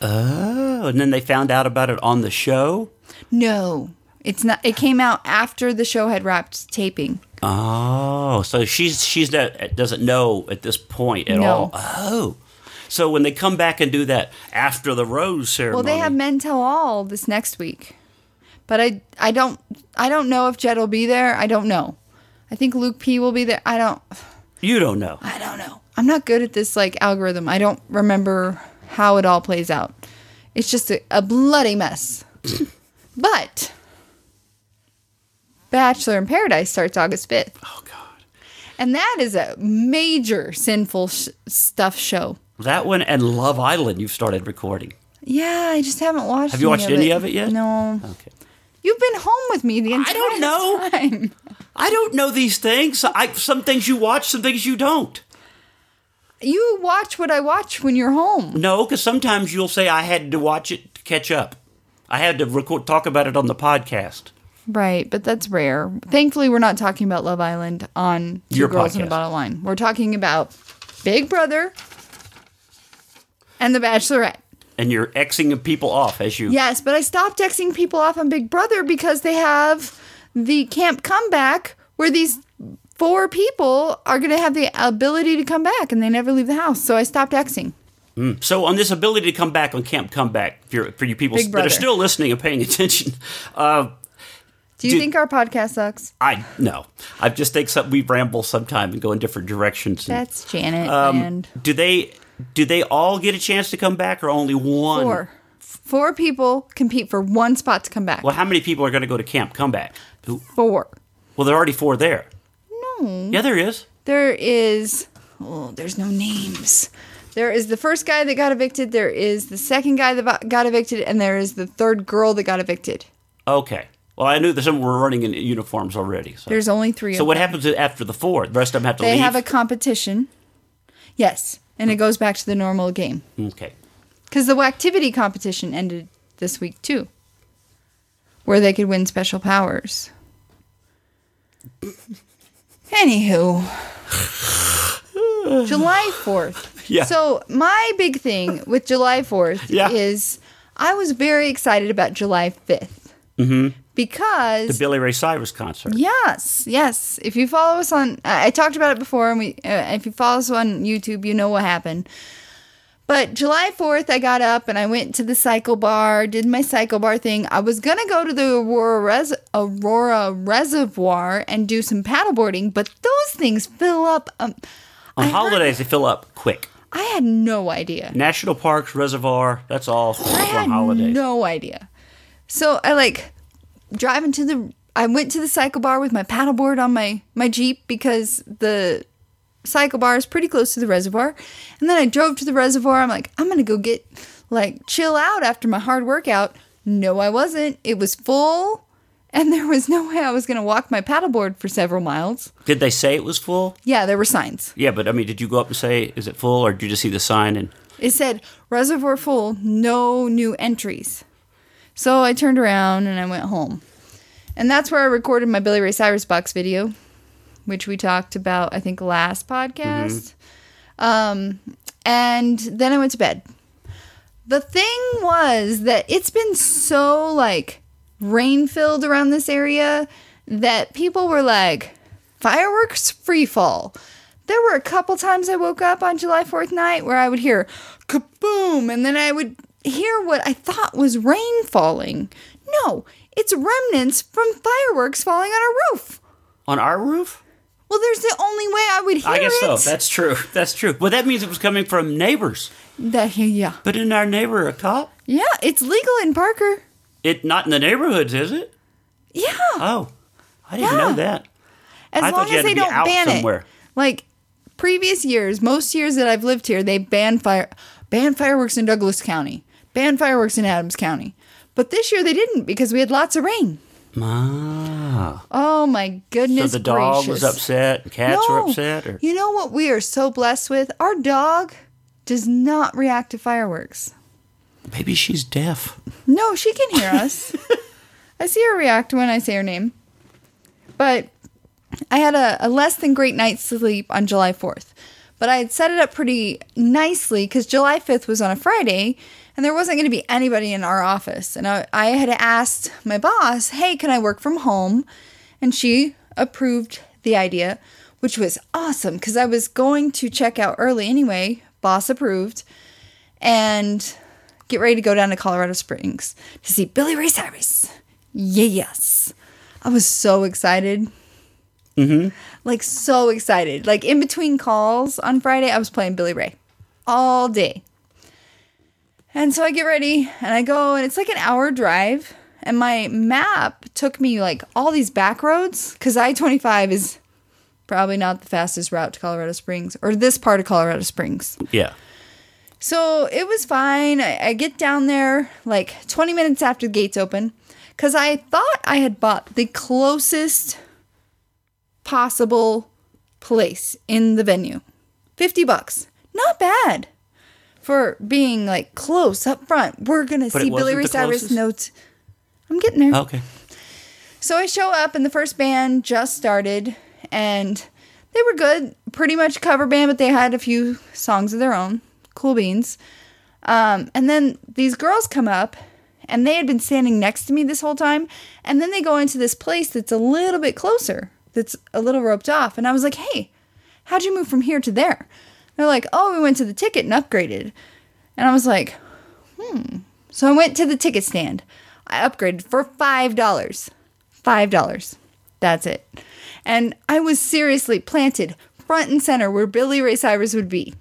[SPEAKER 1] Oh, and then they found out about it on the show.
[SPEAKER 2] No, it's not. It came out after the show had wrapped taping.
[SPEAKER 1] Oh, so she's she's not, doesn't know at this point at
[SPEAKER 2] No.
[SPEAKER 1] all. Oh, so when they come back and do that after the rose ceremony,
[SPEAKER 2] Well, they have Men Tell All this next week, but I I don't I don't know if Jed will be there. I don't know. I think Luke P will be there. I don't.
[SPEAKER 1] you don't know.
[SPEAKER 2] I don't know. I'm not good at this like algorithm. I don't remember how it all plays out. It's just a, a bloody mess. but Bachelor in Paradise starts August 5th.
[SPEAKER 1] Oh God,
[SPEAKER 2] And that is a major sinful sh- stuff show.
[SPEAKER 1] that one and Love Island. You've started recording.
[SPEAKER 2] Yeah, I just haven't watched
[SPEAKER 1] Have you watched any of it yet?
[SPEAKER 2] No.
[SPEAKER 1] Okay,
[SPEAKER 2] You've been home with me the
[SPEAKER 1] I
[SPEAKER 2] entire
[SPEAKER 1] don't know.
[SPEAKER 2] time.
[SPEAKER 1] I don't know these things. I some things you watch, some things you don't.
[SPEAKER 2] You watch what I watch when you're home.
[SPEAKER 1] No, because sometimes you'll say I had to watch it to catch up. I had to record, talk about it on the podcast.
[SPEAKER 2] Right, but that's rare. Thankfully, we're not talking about Love Island on Two
[SPEAKER 1] Your
[SPEAKER 2] Girls in
[SPEAKER 1] podcast.
[SPEAKER 2] a Bottle of Wine. We're talking about Big Brother and The Bachelorette.
[SPEAKER 1] And you're Xing people off as you.
[SPEAKER 2] Yes, but I stopped texting people off on Big Brother because they have the camp comeback where these four people are going to have the ability to come back and they never leave the house. So I stopped texting.
[SPEAKER 1] So on this ability to come back on Camp Comeback, for, your- for you people
[SPEAKER 2] Big
[SPEAKER 1] that are
[SPEAKER 2] Brother.
[SPEAKER 1] still listening and paying attention, uh,
[SPEAKER 2] Do you
[SPEAKER 1] Dude.
[SPEAKER 2] think our podcast sucks?
[SPEAKER 1] I no, I just think some, we ramble sometime and go in different directions. and-
[SPEAKER 2] That's Janet
[SPEAKER 1] Um,
[SPEAKER 2] and
[SPEAKER 1] do they do they all get a chance to come back or only one?
[SPEAKER 2] four. Four people compete for one spot to come back.
[SPEAKER 1] Well, how many people are going to go to Camp Comeback? Who-
[SPEAKER 2] Four.
[SPEAKER 1] Well, there are already four there.
[SPEAKER 2] No.
[SPEAKER 1] Yeah, there is.
[SPEAKER 2] There is oh, there's no names. There is the first guy that got evicted. There is the second guy that bo- got evicted, and there is the third girl that got evicted.
[SPEAKER 1] Okay. Well, I knew that some were running in uniforms already. So,
[SPEAKER 2] There's only three.
[SPEAKER 1] so
[SPEAKER 2] of
[SPEAKER 1] what
[SPEAKER 2] them.
[SPEAKER 1] happens after the four? The rest of them have to
[SPEAKER 2] They
[SPEAKER 1] leave.
[SPEAKER 2] have a competition. Yes, and it goes back to the normal game
[SPEAKER 1] okay.
[SPEAKER 2] because the activity competition ended this week too, where they could win special powers. Anywho, July Fourth.
[SPEAKER 1] Yeah.
[SPEAKER 2] So my big thing with July Fourth
[SPEAKER 1] Yeah.
[SPEAKER 2] is I was very excited about July 5th
[SPEAKER 1] Mm-hmm.
[SPEAKER 2] because
[SPEAKER 1] The Billy Ray Cyrus concert.
[SPEAKER 2] Yes, yes. If you follow us on, I I talked about it before, and we, uh, if you follow us on YouTube, you know what happened. But July 4th, I got up and I went to the cycle bar, did my cycle bar thing. I was going to go to the Aurora, Res- Aurora Reservoir and do some paddleboarding, but those things fill up. Um,
[SPEAKER 1] On
[SPEAKER 2] I heard-
[SPEAKER 1] holidays, they fill up quick.
[SPEAKER 2] I had no idea.
[SPEAKER 1] National parks, reservoir. That's all on holidays.
[SPEAKER 2] No idea. So I like driving to the. I went to the cycle bar with my paddleboard on my my jeep because the cycle bar is pretty close to the reservoir, and then I drove to the reservoir. I'm like, I'm gonna go get like chill out after my hard workout. No, I wasn't. It was full, and there was no way I was gonna walk my paddleboard for several miles.
[SPEAKER 1] Did they say it was full?
[SPEAKER 2] Yeah, there were signs.
[SPEAKER 1] Yeah, but I mean, did you go up and say, "Is it full?" Or did you just see the sign and?
[SPEAKER 2] It said reservoir full, no new entries. So I turned around and I went home. And that's where I recorded my Billy Ray Cyrus box video, which we talked about, I think, last podcast. Um, and then I went to bed. The thing was that it's been so like rain filled around this area that people were like, fireworks free fall. There were a couple times I woke up on July 4th night where I would hear kaboom and then I would hear what I thought was rain falling. No, it's remnants from fireworks falling on our roof.
[SPEAKER 1] On our roof?
[SPEAKER 2] Well, there's the only way I would hear
[SPEAKER 1] I guess so.
[SPEAKER 2] it.
[SPEAKER 1] That's true. That's true. Well, that means it was coming from neighbors.
[SPEAKER 2] that, yeah.
[SPEAKER 1] But in our neighbor, a cop?
[SPEAKER 2] Yeah, it's legal in Parker.
[SPEAKER 1] It not in the neighborhoods, is it?
[SPEAKER 2] Yeah.
[SPEAKER 1] Oh, I didn't know
[SPEAKER 2] Yeah.
[SPEAKER 1] that.
[SPEAKER 2] As
[SPEAKER 1] I thought
[SPEAKER 2] long
[SPEAKER 1] you
[SPEAKER 2] as
[SPEAKER 1] had to
[SPEAKER 2] they
[SPEAKER 1] be
[SPEAKER 2] don't
[SPEAKER 1] out
[SPEAKER 2] ban
[SPEAKER 1] somewhere.
[SPEAKER 2] it. Like previous years, most years that I've lived here, they banned fire banned fireworks in Douglas County, banned fireworks in Adams County. But this year they didn't because we had lots of rain.
[SPEAKER 1] Ah,
[SPEAKER 2] Oh my
[SPEAKER 1] so
[SPEAKER 2] goodness!
[SPEAKER 1] the dog was
[SPEAKER 2] gracious.
[SPEAKER 1] upset. and Cats
[SPEAKER 2] No.
[SPEAKER 1] were upset. Or
[SPEAKER 2] You know what we are so blessed with? Our dog does not react to fireworks.
[SPEAKER 1] maybe she's deaf.
[SPEAKER 2] No, she can hear us. I see her react when I say her name. But I had a, a less than great night's sleep on July 4th. But I had set it up pretty nicely because July 5th was on a Friday and there wasn't going to be anybody in our office. And I, I had asked my boss, hey, can I work from home? And she approved the idea, which was awesome because I was going to check out early anyway. Boss approved and get ready to go down to Colorado Springs to see Billy Ray Cyrus. Yes. I was so excited. Mm-hmm. Like, so excited. Like, in between calls on Friday, I was playing Billy Ray all day. And so I get ready and I go, and it's like an hour drive. And my map took me like all these back roads because I 25 is probably not the fastest route to Colorado Springs or this part of Colorado Springs.
[SPEAKER 1] Yeah.
[SPEAKER 2] So it was fine. I, I get down there like 20 minutes after the gates open because I thought I had bought the closest possible place in the venue. 50 bucks. Not bad for being like close up front. We're gonna
[SPEAKER 1] But it
[SPEAKER 2] see Billy
[SPEAKER 1] wasn't
[SPEAKER 2] Ray
[SPEAKER 1] the
[SPEAKER 2] Cyrus
[SPEAKER 1] closest?
[SPEAKER 2] notes. I'm getting there.
[SPEAKER 1] Okay.
[SPEAKER 2] So I show up, and the first band just started, and they were good, pretty much cover band, but they had a few songs of their own. Cool beans. Um, and then these girls come up, and they had been standing next to me this whole time, and then they go into this place that's a little bit closer, that's a little roped off, and I was like, "Hey, how'd you move from here to there?" They're like, "Oh, we went to the ticket and upgraded," and I was like, so I went to the ticket stand. I upgraded for five dollars. Five dollars. That's it. And I was seriously planted front and center where Billy Ray Cyrus would be.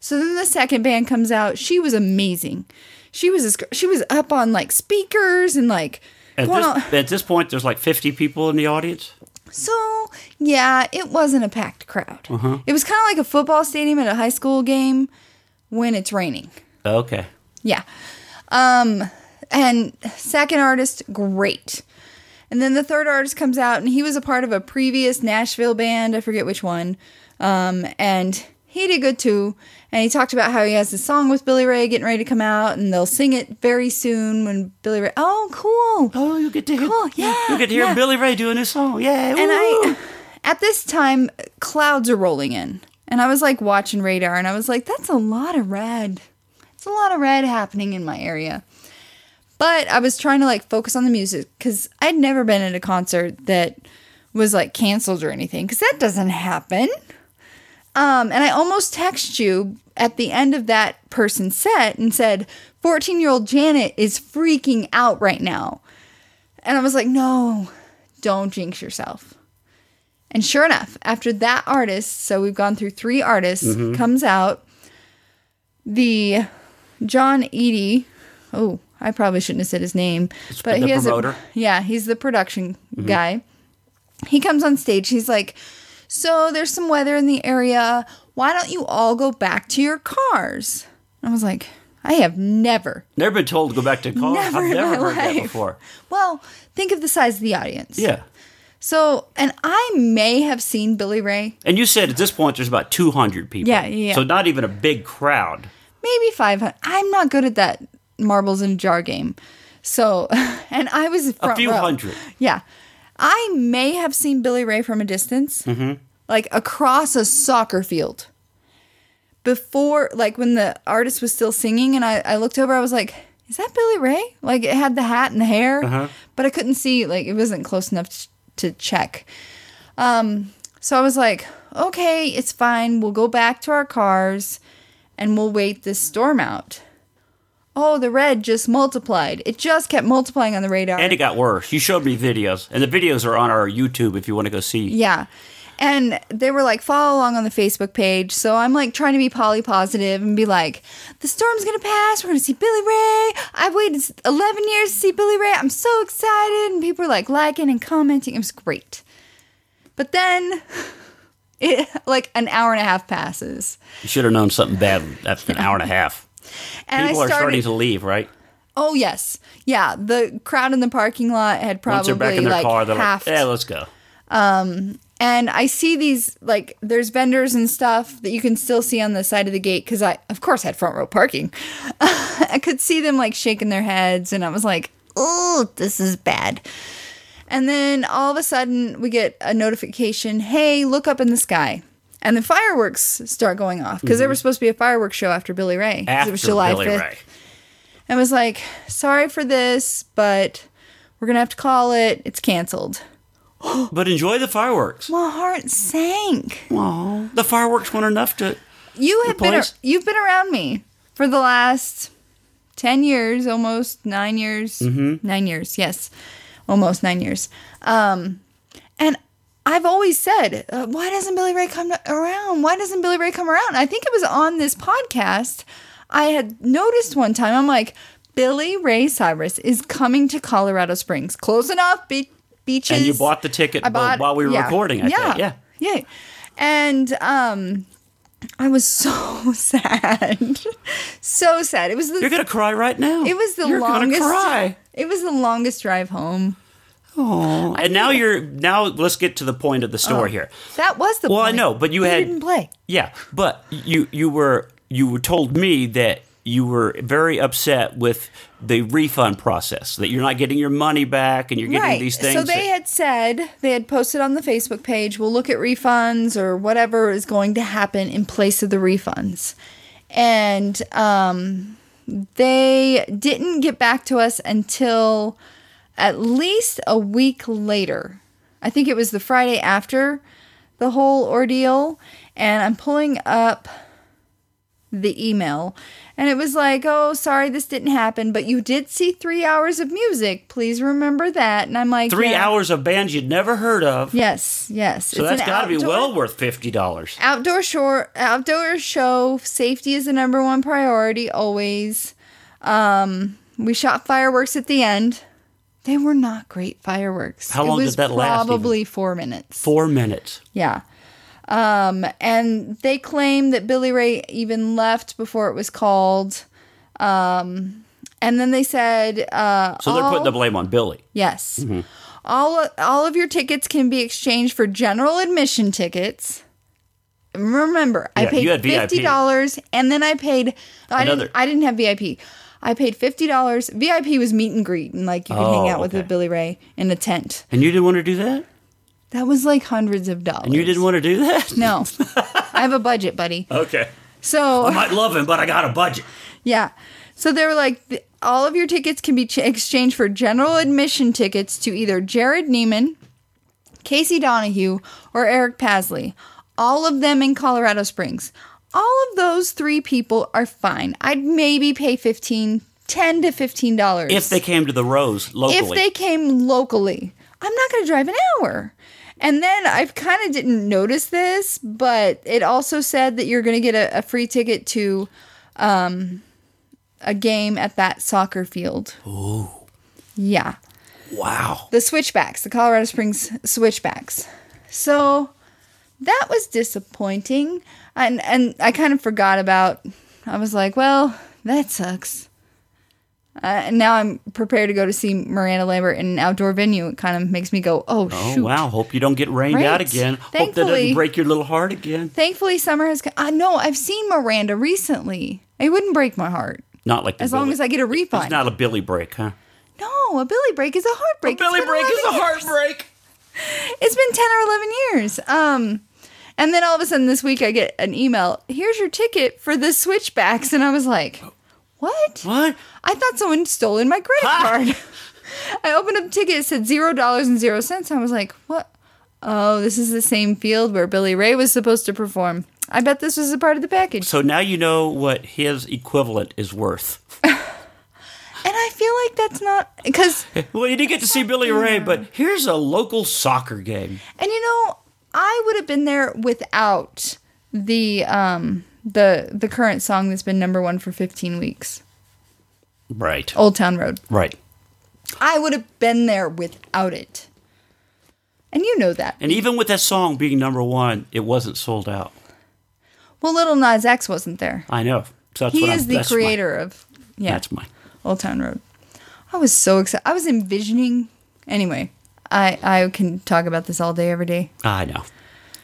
[SPEAKER 2] So then the second band comes out. She was amazing. She was this, gir- she was up on like speakers and like
[SPEAKER 1] At
[SPEAKER 2] going on-
[SPEAKER 1] this, at this point, there's like 50 people in the audience.
[SPEAKER 2] so yeah, it wasn't a packed crowd.
[SPEAKER 1] Uh-huh.
[SPEAKER 2] It was kind of like a football stadium at a high school game when it's raining.
[SPEAKER 1] Okay.
[SPEAKER 2] Yeah. Um and second artist great. And then the third artist comes out and he was a part of a previous Nashville band, I forget which one. Um and he did good too. And he talked about how he has this song with Billy Ray getting ready to come out and they'll sing it very soon when Billy Ray Oh, cool.
[SPEAKER 1] Oh, you get to hear,
[SPEAKER 2] Cool, yeah,
[SPEAKER 1] you get to hear
[SPEAKER 2] yeah.
[SPEAKER 1] Billy Ray doing his song. Yeah.
[SPEAKER 2] and
[SPEAKER 1] woo.
[SPEAKER 2] I, at this time, clouds are rolling in, and I was like watching radar, and I was like, "That's a lot of red. It's a lot of red happening in my area." But I was trying to like focus on the music because I'd never been at a concert that was like canceled or anything because that doesn't happen. Um, and I almost text you at the end of that person's set and said, 14 year old Janet is freaking out right now. And I was like, no, don't jinx yourself. And sure enough, after that artist, so we've gone through three artists,
[SPEAKER 1] Mm-hmm.
[SPEAKER 2] comes out the John Eady. Oh, I probably shouldn't have said his name, but
[SPEAKER 1] the
[SPEAKER 2] he has
[SPEAKER 1] promoter. Mm-hmm.
[SPEAKER 2] a yeah, he's the production guy. He comes on stage. He's like, "So there's some weather in the area. Why don't you all go back to your cars?" I was like, "I have never
[SPEAKER 1] never been told to go back to the car.
[SPEAKER 2] Never
[SPEAKER 1] I've
[SPEAKER 2] in
[SPEAKER 1] never
[SPEAKER 2] my
[SPEAKER 1] heard that
[SPEAKER 2] life.
[SPEAKER 1] before.
[SPEAKER 2] Well, think of the size of the audience.
[SPEAKER 1] Yeah.
[SPEAKER 2] So, and I may have seen Billy Ray,
[SPEAKER 1] And you said at this point there's about 200 people.
[SPEAKER 2] Yeah, yeah, yeah.
[SPEAKER 1] So not even a big crowd.
[SPEAKER 2] maybe 500. I'm not good at that marbles in a jar game. So, and I was front
[SPEAKER 1] A few
[SPEAKER 2] row.
[SPEAKER 1] hundred.
[SPEAKER 2] Yeah. I may have seen Billy Ray from a distance,
[SPEAKER 1] Mm-hmm.
[SPEAKER 2] like across a soccer field. Before, like when the artist was still singing, and I, I looked over, I was like, is that Billy Ray? Like it had the hat and the hair,
[SPEAKER 1] Uh-huh.
[SPEAKER 2] but I couldn't see, like it wasn't close enough t- to check. Um, so I was like, okay, it's fine. We'll go back to our cars and we'll wait this storm out. Oh, the red just multiplied. It just kept multiplying on the radar.
[SPEAKER 1] And it got worse. You showed me videos, and the videos are on our YouTube if you want to go see.
[SPEAKER 2] Yeah. And they were like, follow along on the Facebook page. So I'm like trying to be poly positive and be like, the storm's going to pass. We're going to see Billy Ray. I've waited s- 11 years to see Billy Ray. I'm so excited. And people are like liking and commenting. It was great. But then it like an hour and a half passes.
[SPEAKER 1] You should have known something bad after an hour and a half.
[SPEAKER 2] And
[SPEAKER 1] people
[SPEAKER 2] I
[SPEAKER 1] are starting
[SPEAKER 2] started.
[SPEAKER 1] to leave, right?
[SPEAKER 2] oh, yes. Yeah. The crowd in the parking lot had
[SPEAKER 1] Once
[SPEAKER 2] probably
[SPEAKER 1] they're back in their
[SPEAKER 2] like
[SPEAKER 1] car, they're
[SPEAKER 2] half.
[SPEAKER 1] like, yeah, let's go.
[SPEAKER 2] and I see these like there's vendors and stuff that you can still see on the side of the gate because I of course had front row parking. I could see them like shaking their heads, and I was like, "Oh, this is bad." And then all of a sudden we get a notification, "Hey, look up in the sky." And the fireworks start going off because there was supposed to be a fireworks show after Billy Ray. 'cause
[SPEAKER 1] Mm-hmm. After
[SPEAKER 2] it was July
[SPEAKER 1] Billy
[SPEAKER 2] 5th
[SPEAKER 1] Ray.
[SPEAKER 2] and was like, "Sorry for this, but we're going to have to call it. It's canceled."
[SPEAKER 1] But enjoy the fireworks.
[SPEAKER 2] My heart sank.
[SPEAKER 1] Aw, the fireworks weren't enough to.
[SPEAKER 2] You have been
[SPEAKER 1] Replaced?
[SPEAKER 2] you've been around me for the last ten years, almost nine years.
[SPEAKER 1] Mm-hmm.
[SPEAKER 2] Nine years, yes, almost nine years. Um, and I've always said, uh, why doesn't Billy Ray come to- around? Why doesn't Billy Ray come around? I think it was on this podcast. I had noticed one time. I'm like, Billy Ray Cyrus is coming to Colorado Springs. Close enough, be- beaches.
[SPEAKER 1] And you bought the ticket
[SPEAKER 2] I bought-
[SPEAKER 1] while we were
[SPEAKER 2] yeah.
[SPEAKER 1] recording, I
[SPEAKER 2] yeah.
[SPEAKER 1] think. Yeah.
[SPEAKER 2] Yeah. Yeah. And um I was so sad. so sad. It was the
[SPEAKER 1] You're going to cry right now.
[SPEAKER 2] it was the
[SPEAKER 1] You're
[SPEAKER 2] longest
[SPEAKER 1] Gonna cry.
[SPEAKER 2] It was the longest drive home.
[SPEAKER 1] Aw. And now you're. Now let's get to the
[SPEAKER 2] Uh.
[SPEAKER 1] point of the story here.
[SPEAKER 2] That was the
[SPEAKER 1] Well, I
[SPEAKER 2] point.
[SPEAKER 1] know, but you
[SPEAKER 2] We
[SPEAKER 1] had-
[SPEAKER 2] didn't play.
[SPEAKER 1] Yeah, but you you were you told me that you were very upset with the refund process that you're not getting your money back and you're getting
[SPEAKER 2] right.
[SPEAKER 1] these things
[SPEAKER 2] So they
[SPEAKER 1] that-
[SPEAKER 2] had said they had posted on the Facebook page, we'll look at refunds or whatever is going to happen in place of the refunds. And um, they didn't get back to us until at least a week later. I think it was the Friday after the whole ordeal. And I'm pulling up the email. And it was like, oh, sorry, this didn't happen, but you did see three hours of music. Please remember that. And I'm like,
[SPEAKER 1] three
[SPEAKER 2] yeah.
[SPEAKER 1] hours of bands you'd never heard of
[SPEAKER 2] Yes, yes.
[SPEAKER 1] so that's got to be
[SPEAKER 2] outdoor-
[SPEAKER 1] well worth $50
[SPEAKER 2] Outdoor shore, outdoor show. Safety is the number one priority always. Um, we shot fireworks at the end. They were not great fireworks.
[SPEAKER 1] How
[SPEAKER 2] It
[SPEAKER 1] long did
[SPEAKER 2] was
[SPEAKER 1] that last, even?
[SPEAKER 2] Probably four minutes.
[SPEAKER 1] four minutes
[SPEAKER 2] Yeah. Um, and they claim that Billy Ray even left before it was called. Um, and then they said, uh,
[SPEAKER 1] so they're
[SPEAKER 2] all-
[SPEAKER 1] putting the blame on billy
[SPEAKER 2] yes,
[SPEAKER 1] Mm-hmm.
[SPEAKER 2] all all of your tickets can be exchanged for general admission tickets. Remember, I
[SPEAKER 1] Yeah, you
[SPEAKER 2] paid
[SPEAKER 1] had VIP.
[SPEAKER 2] fifty dollars, and then I paid. I
[SPEAKER 1] Another-
[SPEAKER 2] didn't. I didn't have VIP. I paid fifty dollars. VIP was meet and greet, and like you could
[SPEAKER 1] Oh,
[SPEAKER 2] hang out with
[SPEAKER 1] okay.
[SPEAKER 2] with Billy Ray in a tent.
[SPEAKER 1] and you didn't want to do that
[SPEAKER 2] That was like hundreds of dollars.
[SPEAKER 1] and you didn't want to do that
[SPEAKER 2] No. I have a budget, buddy.
[SPEAKER 1] okay i
[SPEAKER 2] So,
[SPEAKER 1] might love him but i got a budget
[SPEAKER 2] yeah. So they were like, "The- all of your tickets can be ch- exchanged for general admission tickets to either Jared Neiman, Casey Donahue, or Eric Pasley. All of them in Colorado Springs. All of those three people are fine. I'd maybe pay 15 10 to $15.
[SPEAKER 1] if they came to the rose locally
[SPEAKER 2] if they came locally. I'm not going to drive an hour. And then I kind of didn't notice this, but it also said that you're going to get a, a free ticket to um, a game at that soccer field. Ooh. Yeah.
[SPEAKER 1] wow
[SPEAKER 2] The Switchbacks, the Colorado Springs Switchbacks. So that was disappointing. And, and I kind of forgot about, I was like, well, that sucks. Uh, and now I'm prepared to go to see Miranda Lambert in an outdoor venue. It kind of makes me go, oh,
[SPEAKER 1] Oh
[SPEAKER 2] shoot.
[SPEAKER 1] wow! Hope you don't get rained
[SPEAKER 2] Right.
[SPEAKER 1] out again. Hope that
[SPEAKER 2] Thankfully-
[SPEAKER 1] doesn't break your little heart again.
[SPEAKER 2] Thankfully, summer has. co- I know I've seen Miranda recently. It wouldn't break my heart
[SPEAKER 1] Not like the
[SPEAKER 2] as long
[SPEAKER 1] Billy-
[SPEAKER 2] as I get a
[SPEAKER 1] It's
[SPEAKER 2] refund.
[SPEAKER 1] not a Billy break, huh?
[SPEAKER 2] no, a Billy break is a heartbreak. It's
[SPEAKER 1] Billy
[SPEAKER 2] been
[SPEAKER 1] break is a
[SPEAKER 2] 11 years.
[SPEAKER 1] heartbreak.
[SPEAKER 2] It's been ten or eleven years. Um, and then all of a sudden this week I get an email. Here's your ticket for the switchbacks, and I was like, what?
[SPEAKER 1] What?
[SPEAKER 2] I thought someone stolen my credit
[SPEAKER 1] Ha!
[SPEAKER 2] card. I opened up a ticket, it said zero dollars and zero cents. I was like, what? Oh, this is the same field where Billy Ray was supposed to perform. I bet this was a part of the package.
[SPEAKER 1] So now you know what his equivalent is worth.
[SPEAKER 2] And I feel like that's not because
[SPEAKER 1] Well, you didn't get to see Billy Ray, but here's a local soccer game.
[SPEAKER 2] and you know, I would have been there without the um the the current song that's been number one for fifteen weeks.
[SPEAKER 1] Right.
[SPEAKER 2] Old Town Road.
[SPEAKER 1] Right.
[SPEAKER 2] I would have been there without it. And you know that.
[SPEAKER 1] And even with that song being number one, it wasn't sold out.
[SPEAKER 2] Well, little Nas X wasn't there.
[SPEAKER 1] I know. So that's
[SPEAKER 2] he
[SPEAKER 1] what I'm-
[SPEAKER 2] is the
[SPEAKER 1] that's my-
[SPEAKER 2] creator of yeah
[SPEAKER 1] That's my.
[SPEAKER 2] old town road i was so excited i was envisioning anyway i i can talk about this all day every day
[SPEAKER 1] I know.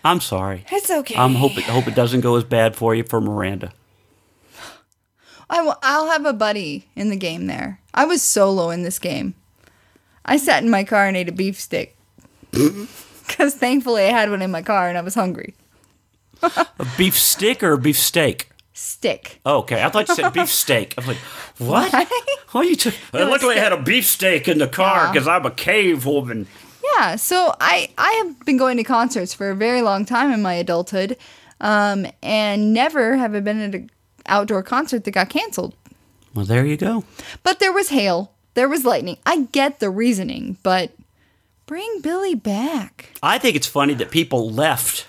[SPEAKER 1] I'm sorry.
[SPEAKER 2] it's okay
[SPEAKER 1] I'm hope it, hope it doesn't go as bad for you for Miranda.
[SPEAKER 2] I will, i'll have a buddy in the game there i was solo in this game i sat in my car and ate a beef stick because thankfully i had one in my car and i was hungry
[SPEAKER 1] A beef stick or a beef steak?
[SPEAKER 2] stick
[SPEAKER 1] Okay, I thought you said beef steak. I'm like, what? What are you? T- it looked like I had a beef steak in the car
[SPEAKER 2] Yeah.
[SPEAKER 1] because I'm a cave woman.
[SPEAKER 2] Yeah, so I I have been going to concerts for a very long time in my adulthood, um, and never have I been at an outdoor concert that got canceled.
[SPEAKER 1] Well, there you go.
[SPEAKER 2] But there was hail, there was lightning. I get the reasoning, but bring Billy back.
[SPEAKER 1] I think it's funny that people left.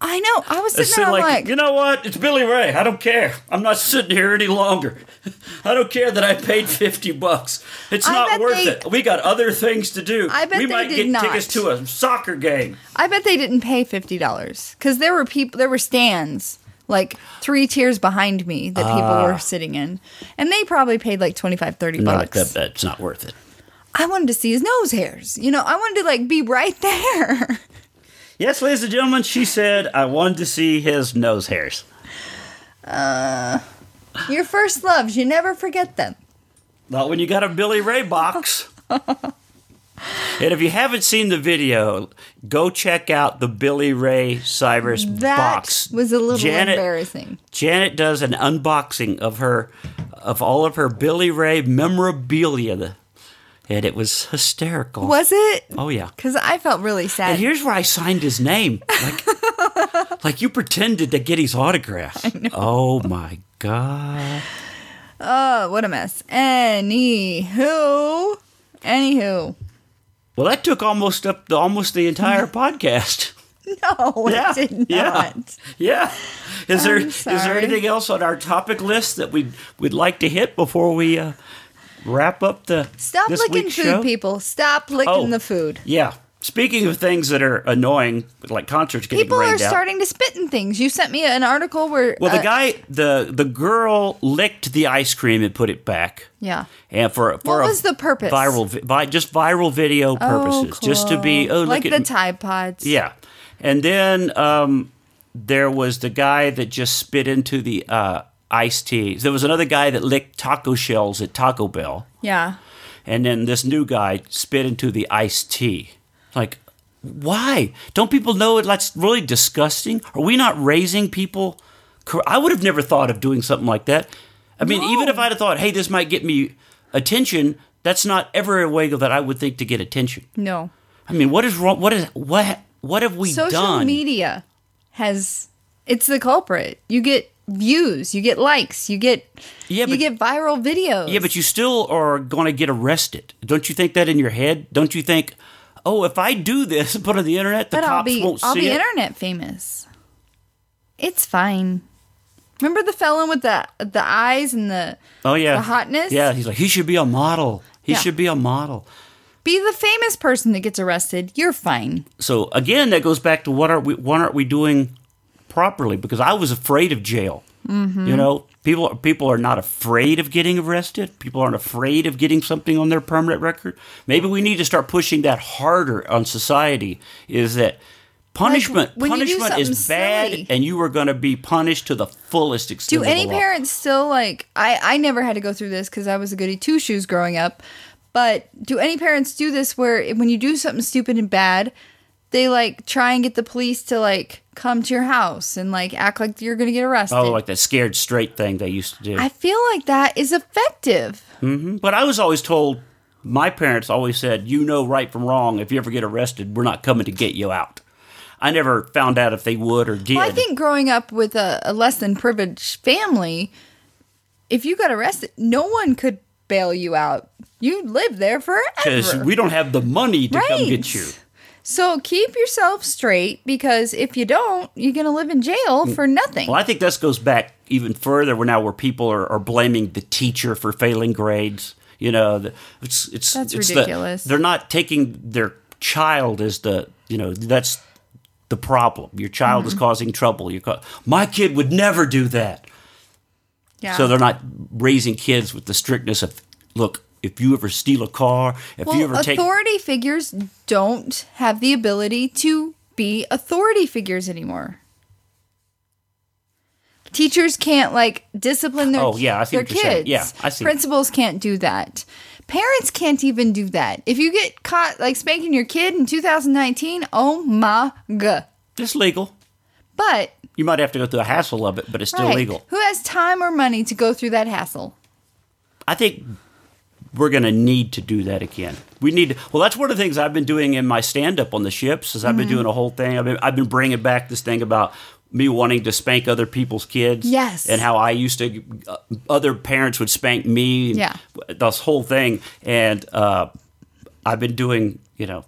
[SPEAKER 2] I know. I was sitting
[SPEAKER 1] It's
[SPEAKER 2] there I'm
[SPEAKER 1] Uh, like,
[SPEAKER 2] like,
[SPEAKER 1] you know what? It's Billy Ray. I don't care. I'm not sitting here any longer. I don't care that I paid fifty bucks. It's
[SPEAKER 2] I
[SPEAKER 1] not
[SPEAKER 2] bet
[SPEAKER 1] worth
[SPEAKER 2] they-
[SPEAKER 1] it. We got other things to do.
[SPEAKER 2] I bet
[SPEAKER 1] we
[SPEAKER 2] they
[SPEAKER 1] might
[SPEAKER 2] did
[SPEAKER 1] get
[SPEAKER 2] not.
[SPEAKER 1] tickets to a soccer game.
[SPEAKER 2] I bet they didn't pay fifty dollars because there were people, there were stands like three tiers behind me that people were sitting in, and they probably paid like 25, 30 bucks.
[SPEAKER 1] that's Ah. not worth it.
[SPEAKER 2] I wanted to see his nose hairs. You know, I wanted to like be right there.
[SPEAKER 1] Yes, ladies and gentlemen, she said I wanted to see his nose hairs.
[SPEAKER 2] Your first loves, you never forget them.
[SPEAKER 1] Not when you got a Billy Ray box. and if you haven't seen the video, go check out the Billy Ray Cyrus
[SPEAKER 2] That
[SPEAKER 1] box.
[SPEAKER 2] was a little
[SPEAKER 1] Janet,
[SPEAKER 2] embarrassing.
[SPEAKER 1] Janet does an unboxing of her, of all of her Billy Ray memorabilia, and it was hysterical.
[SPEAKER 2] Was it?
[SPEAKER 1] Oh yeah.
[SPEAKER 2] Because I felt really sad.
[SPEAKER 1] And here's where I signed his name. Like, like you pretended to get his autograph. Oh my god.
[SPEAKER 2] oh, what a mess. Anywho. Anywho.
[SPEAKER 1] Well, that took almost up the, almost the entire podcast.
[SPEAKER 2] No,
[SPEAKER 1] Yeah,
[SPEAKER 2] it did
[SPEAKER 1] yeah.
[SPEAKER 2] not.
[SPEAKER 1] Yeah. Is there
[SPEAKER 2] I'm
[SPEAKER 1] is there
[SPEAKER 2] sorry.
[SPEAKER 1] anything else on our topic list that we would like to hit before we uh, wrap up the
[SPEAKER 2] Stop
[SPEAKER 1] this
[SPEAKER 2] licking food,
[SPEAKER 1] week's show?
[SPEAKER 2] people. Stop licking
[SPEAKER 1] Oh.
[SPEAKER 2] the food.
[SPEAKER 1] Yeah. Speaking of things that are annoying, like concerts getting
[SPEAKER 2] People are
[SPEAKER 1] rained out.
[SPEAKER 2] starting to spit in things. You sent me an article where.
[SPEAKER 1] well, the
[SPEAKER 2] uh,
[SPEAKER 1] guy, the the girl licked the ice cream and put it back.
[SPEAKER 2] Yeah.
[SPEAKER 1] And for for
[SPEAKER 2] What
[SPEAKER 1] a
[SPEAKER 2] was the purpose?
[SPEAKER 1] Viral, vi- vi- just viral video purposes,
[SPEAKER 2] Oh, cool.
[SPEAKER 1] just to be oh look
[SPEAKER 2] like
[SPEAKER 1] at
[SPEAKER 2] the
[SPEAKER 1] me.
[SPEAKER 2] Tide Pods.
[SPEAKER 1] Yeah. And then um, there was the guy that just spit into the uh, iced tea. There was another guy that licked taco shells at Taco Bell.
[SPEAKER 2] Yeah.
[SPEAKER 1] And then this new guy spit into the iced tea. Like, why? Don't people know it? That's really disgusting. Are we not raising people? cor- I would have never thought of doing something like that. I mean, even if I'd have thought, hey, this might get me attention, that's not ever a way that I would think to get attention.
[SPEAKER 2] No.
[SPEAKER 1] I mean, what is wrong? What is what? What have we
[SPEAKER 2] Social
[SPEAKER 1] done?
[SPEAKER 2] media has. It's the culprit. You get views, you get likes, you get.
[SPEAKER 1] Yeah,
[SPEAKER 2] you
[SPEAKER 1] but-
[SPEAKER 2] get viral videos.
[SPEAKER 1] yeah, but you still are going to get arrested. Don't you think that in your head? Don't you think, oh, if I do this and put it on the internet, the
[SPEAKER 2] But
[SPEAKER 1] cops
[SPEAKER 2] I'll be
[SPEAKER 1] won't
[SPEAKER 2] I'll
[SPEAKER 1] see
[SPEAKER 2] be
[SPEAKER 1] it?
[SPEAKER 2] internet famous. It's fine. Remember the fellow with the the eyes and the
[SPEAKER 1] oh yeah,
[SPEAKER 2] the hotness?
[SPEAKER 1] Yeah, he's like he should be a model. He
[SPEAKER 2] Yeah.
[SPEAKER 1] should be a model.
[SPEAKER 2] be the famous person that gets arrested. You're fine.
[SPEAKER 1] So again, that goes back to what are we? What aren't we doing properly? Because I was afraid of jail.
[SPEAKER 2] Mm-hmm.
[SPEAKER 1] You know, people people are not afraid of getting arrested. People aren't afraid of getting something on their permanent record. Maybe we need to start pushing that harder on society. Is that punishment?
[SPEAKER 2] when you do
[SPEAKER 1] punishment is
[SPEAKER 2] something
[SPEAKER 1] bad,
[SPEAKER 2] silly.
[SPEAKER 1] and you are going to be punished to the fullest extent.
[SPEAKER 2] Do
[SPEAKER 1] of the
[SPEAKER 2] any
[SPEAKER 1] law.
[SPEAKER 2] parents still like I I never had to go through this cuz I was a goody two shoes growing up. But do any parents do this where when you do something stupid and bad, they like try and get the police to like come to your house and like act like you're going to get arrested?
[SPEAKER 1] Oh, like that scared straight thing they used to do.
[SPEAKER 2] I feel like that is effective.
[SPEAKER 1] Mm-hmm. But I was always told, my parents always said, you know right from wrong. If you ever get arrested, we're not coming to get you out. I never found out if they would or did.
[SPEAKER 2] Well, I think growing up with a, a less than privileged family, if you got arrested, no one could bail you out. You live there
[SPEAKER 1] because
[SPEAKER 2] forever.
[SPEAKER 1] we don't have the money to come
[SPEAKER 2] Right.
[SPEAKER 1] get you.
[SPEAKER 2] so keep yourself straight because if you don't, you're going to live in jail
[SPEAKER 1] Mm.
[SPEAKER 2] for nothing.
[SPEAKER 1] Well, I think this goes back even further. Where now, where people are, are blaming the teacher for failing grades. You know, the, it's it's
[SPEAKER 2] That's
[SPEAKER 1] it's the-
[SPEAKER 2] ridiculous.
[SPEAKER 1] they're not taking their child as the you know that's the problem. Your child
[SPEAKER 2] Mm-hmm.
[SPEAKER 1] is causing trouble. Your co- my kid would never do that.
[SPEAKER 2] Yeah.
[SPEAKER 1] So they're not raising kids with the strictness of, look, if you ever steal a car, if
[SPEAKER 2] well,
[SPEAKER 1] you ever take.
[SPEAKER 2] authority figures don't have the ability to be authority figures anymore. Teachers can't like discipline their
[SPEAKER 1] Oh, yeah, I see
[SPEAKER 2] their
[SPEAKER 1] what you're saying.
[SPEAKER 2] kids.
[SPEAKER 1] Yeah, I see.
[SPEAKER 2] Principals can't do that. Parents can't even do that. If you get caught like spanking your kid in 2019, oh my god.
[SPEAKER 1] It's legal.
[SPEAKER 2] But
[SPEAKER 1] You might have to go through a hassle of it, but it's still
[SPEAKER 2] right,
[SPEAKER 1] legal.
[SPEAKER 2] Who has time or money to go through that hassle?
[SPEAKER 1] I think we're going to need to do that again. We need to, well, that's one of the things I've been doing in my stand up on the ships is I've
[SPEAKER 2] Mm-hmm.
[SPEAKER 1] been doing a whole thing. I've been, I've been bringing back this thing about me wanting to spank other people's kids.
[SPEAKER 2] Yes.
[SPEAKER 1] And how I used to, uh, other parents would spank me. and
[SPEAKER 2] Yeah.
[SPEAKER 1] This whole thing. And uh, I've been doing, you know,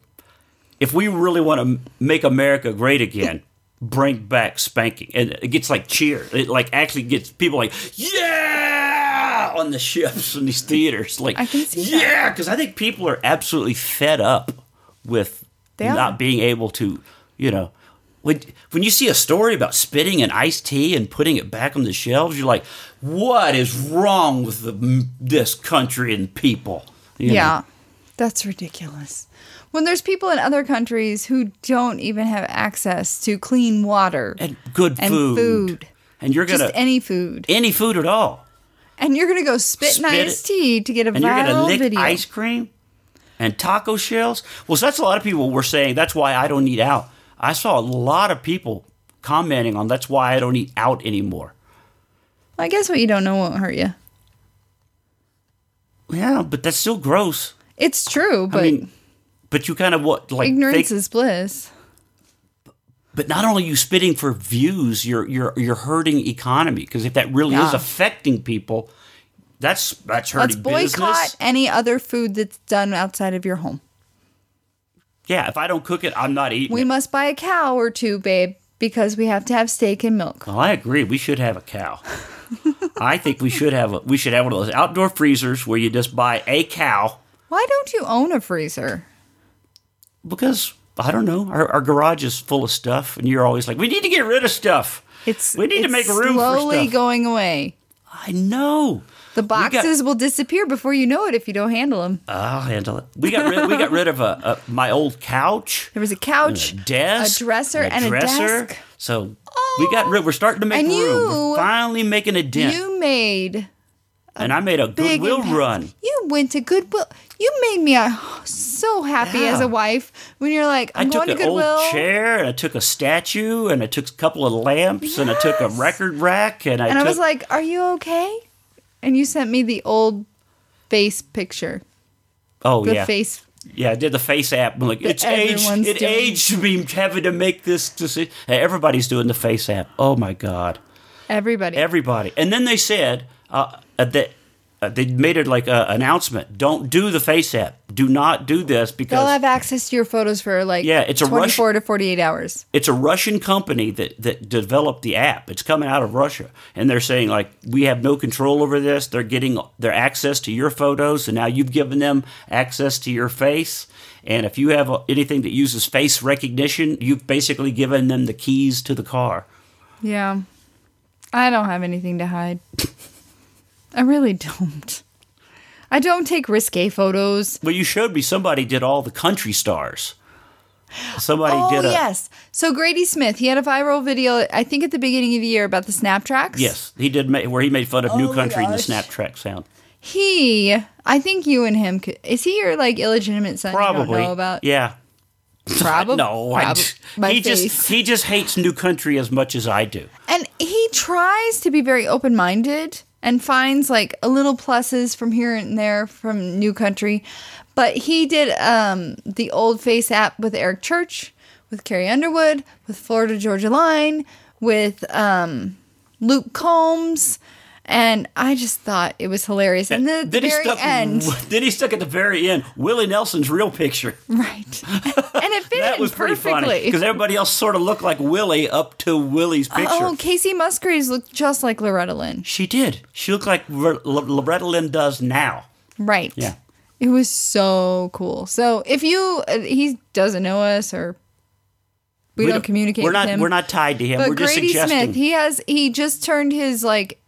[SPEAKER 1] if we really want to make America great again, bring back spanking. And it gets like cheer. It like actually gets people like, yeah, on the ships and these theaters. Like,
[SPEAKER 2] I can see that.
[SPEAKER 1] yeah, because I think people are absolutely fed up with
[SPEAKER 2] They are.
[SPEAKER 1] not being able to, you know. When, when you see a story about spitting an iced tea and putting it back on the shelves, you're like, what is wrong with the, this country and people? You know?
[SPEAKER 2] Yeah. That's ridiculous. When there's people in other countries who don't even have access to clean water
[SPEAKER 1] and good
[SPEAKER 2] and
[SPEAKER 1] food,
[SPEAKER 2] food.
[SPEAKER 1] and you're gonna
[SPEAKER 2] Just any food.
[SPEAKER 1] any food at all,
[SPEAKER 2] And you're going to go spit,
[SPEAKER 1] Spit
[SPEAKER 2] in iced
[SPEAKER 1] it.
[SPEAKER 2] tea to get a
[SPEAKER 1] and you're gonna
[SPEAKER 2] viral
[SPEAKER 1] lick
[SPEAKER 2] video.
[SPEAKER 1] ice cream and taco shells. Well, so that's a lot of people were saying that's why I don't eat out. I saw a lot of people commenting on that's why I don't eat out anymore.
[SPEAKER 2] I guess what you don't know won't hurt you.
[SPEAKER 1] Yeah, but that's still gross.
[SPEAKER 2] It's true, but
[SPEAKER 1] I mean, but you kind of what like
[SPEAKER 2] ignorance
[SPEAKER 1] think-
[SPEAKER 2] is bliss.
[SPEAKER 1] but not only are you spitting for views, you're you're you're hurting economy because if that really is
[SPEAKER 2] Yeah.
[SPEAKER 1] affecting people, that's that's
[SPEAKER 2] Let's
[SPEAKER 1] hurting
[SPEAKER 2] boycott
[SPEAKER 1] business.
[SPEAKER 2] any other food that's done outside of your home.
[SPEAKER 1] Yeah, if I don't cook it, I'm not eating.
[SPEAKER 2] We
[SPEAKER 1] it.
[SPEAKER 2] must buy a cow or two, babe, because we have to have steak and milk.
[SPEAKER 1] Well, I agree. We should have a cow. I think we should have a we should have one of those outdoor freezers where you just buy a cow
[SPEAKER 2] Why don't you own a freezer?
[SPEAKER 1] because I don't know our, our garage is full of stuff and you're always like we need to get rid of stuff.
[SPEAKER 2] It's
[SPEAKER 1] We need to
[SPEAKER 2] it's
[SPEAKER 1] make room for
[SPEAKER 2] slowly
[SPEAKER 1] stuff.
[SPEAKER 2] going away.
[SPEAKER 1] I know.
[SPEAKER 2] The
[SPEAKER 1] got-
[SPEAKER 2] boxes will disappear before you know it if you don't handle them.
[SPEAKER 1] I'll handle it. We got rid, we got rid of a, a my old couch.
[SPEAKER 2] There was a couch,
[SPEAKER 1] a desk,
[SPEAKER 2] a dresser, and a, desk.
[SPEAKER 1] So we got rid. We're starting to make
[SPEAKER 2] And
[SPEAKER 1] room.
[SPEAKER 2] you-
[SPEAKER 1] we're finally making a dent.
[SPEAKER 2] You made
[SPEAKER 1] and I made a
[SPEAKER 2] big
[SPEAKER 1] goodwill
[SPEAKER 2] impact.
[SPEAKER 1] run.
[SPEAKER 2] You went to Goodwill. You made me uh, so happy
[SPEAKER 1] Yeah.
[SPEAKER 2] as a wife when you're like,
[SPEAKER 1] I
[SPEAKER 2] I'm
[SPEAKER 1] took
[SPEAKER 2] going to
[SPEAKER 1] an
[SPEAKER 2] Goodwill.
[SPEAKER 1] old chair and I took a statue and I took a couple of lamps and I took a
[SPEAKER 2] Yes.
[SPEAKER 1] record rack and I
[SPEAKER 2] and
[SPEAKER 1] took
[SPEAKER 2] I was like, Are you okay? And you sent me the old face picture.
[SPEAKER 1] oh
[SPEAKER 2] The
[SPEAKER 1] yeah
[SPEAKER 2] face.
[SPEAKER 1] yeah I did the face app I'm like it's aged
[SPEAKER 2] everyone's
[SPEAKER 1] it
[SPEAKER 2] doing.
[SPEAKER 1] aged me having to make this decision everybody's doing the face app oh my god
[SPEAKER 2] Everybody.
[SPEAKER 1] everybody and then they said uh, uh, that uh, they made it like an announcement don't do the face app do not do this because
[SPEAKER 2] They'll have access to your photos for like
[SPEAKER 1] Yeah, it's a
[SPEAKER 2] 24 to 48 hours.
[SPEAKER 1] it's a Russian company that, that developed the app. It's coming out of Russia, and they're saying like we have no control over this. They're getting their access to your photos, and now you've given them access to your face. And if you have uh, anything that uses face recognition, you've basically given them the keys to the car.
[SPEAKER 2] Yeah. I don't have anything to hide. I really don't. I don't take risque photos.
[SPEAKER 1] Well, you showed me somebody did all the country stars. Somebody
[SPEAKER 2] oh,
[SPEAKER 1] did a
[SPEAKER 2] yes. So Grady Smith, he had a viral video, I think at the beginning of the year, about the snap tracks.
[SPEAKER 1] yes, he did ma- where he made fun of New
[SPEAKER 2] my
[SPEAKER 1] Country and the
[SPEAKER 2] Oh, gosh.
[SPEAKER 1] snap track sound.
[SPEAKER 2] He, I think you and him could. Is he your like illegitimate son? You
[SPEAKER 1] Probably,
[SPEAKER 2] don't know about.
[SPEAKER 1] yeah.
[SPEAKER 2] Probably.
[SPEAKER 1] No, I
[SPEAKER 2] Prob-
[SPEAKER 1] d-
[SPEAKER 2] my
[SPEAKER 1] he
[SPEAKER 2] face.
[SPEAKER 1] just he just hates new country as much as I do.
[SPEAKER 2] And he tries to be very open minded and finds like a little pluses from here and there from new country. But he did um, the old face app with Eric Church, with Carrie Underwood, with Florida Georgia Line, with um, Luke Combs. And I just thought it was hilarious. And then at the
[SPEAKER 1] he
[SPEAKER 2] very
[SPEAKER 1] stuck,
[SPEAKER 2] end,
[SPEAKER 1] Then he stuck at the very end Willie Nelson's real picture.
[SPEAKER 2] right. and it fit
[SPEAKER 1] That
[SPEAKER 2] in
[SPEAKER 1] was pretty funny
[SPEAKER 2] perfectly.
[SPEAKER 1] because everybody else sort of looked like Willie up to Willie's picture.
[SPEAKER 2] Oh, Casey Musgraves looked just like Loretta Lynn.
[SPEAKER 1] She did. She looked like R- L- Loretta Lynn does now.
[SPEAKER 2] Right.
[SPEAKER 1] Yeah.
[SPEAKER 2] It was so cool. So if you uh, he doesn't know us or we, don't, communicate
[SPEAKER 1] We're not.
[SPEAKER 2] with him.
[SPEAKER 1] We're not tied to him.
[SPEAKER 2] But
[SPEAKER 1] we're just
[SPEAKER 2] Grady
[SPEAKER 1] suggesting.
[SPEAKER 2] Smith, he has he just turned his like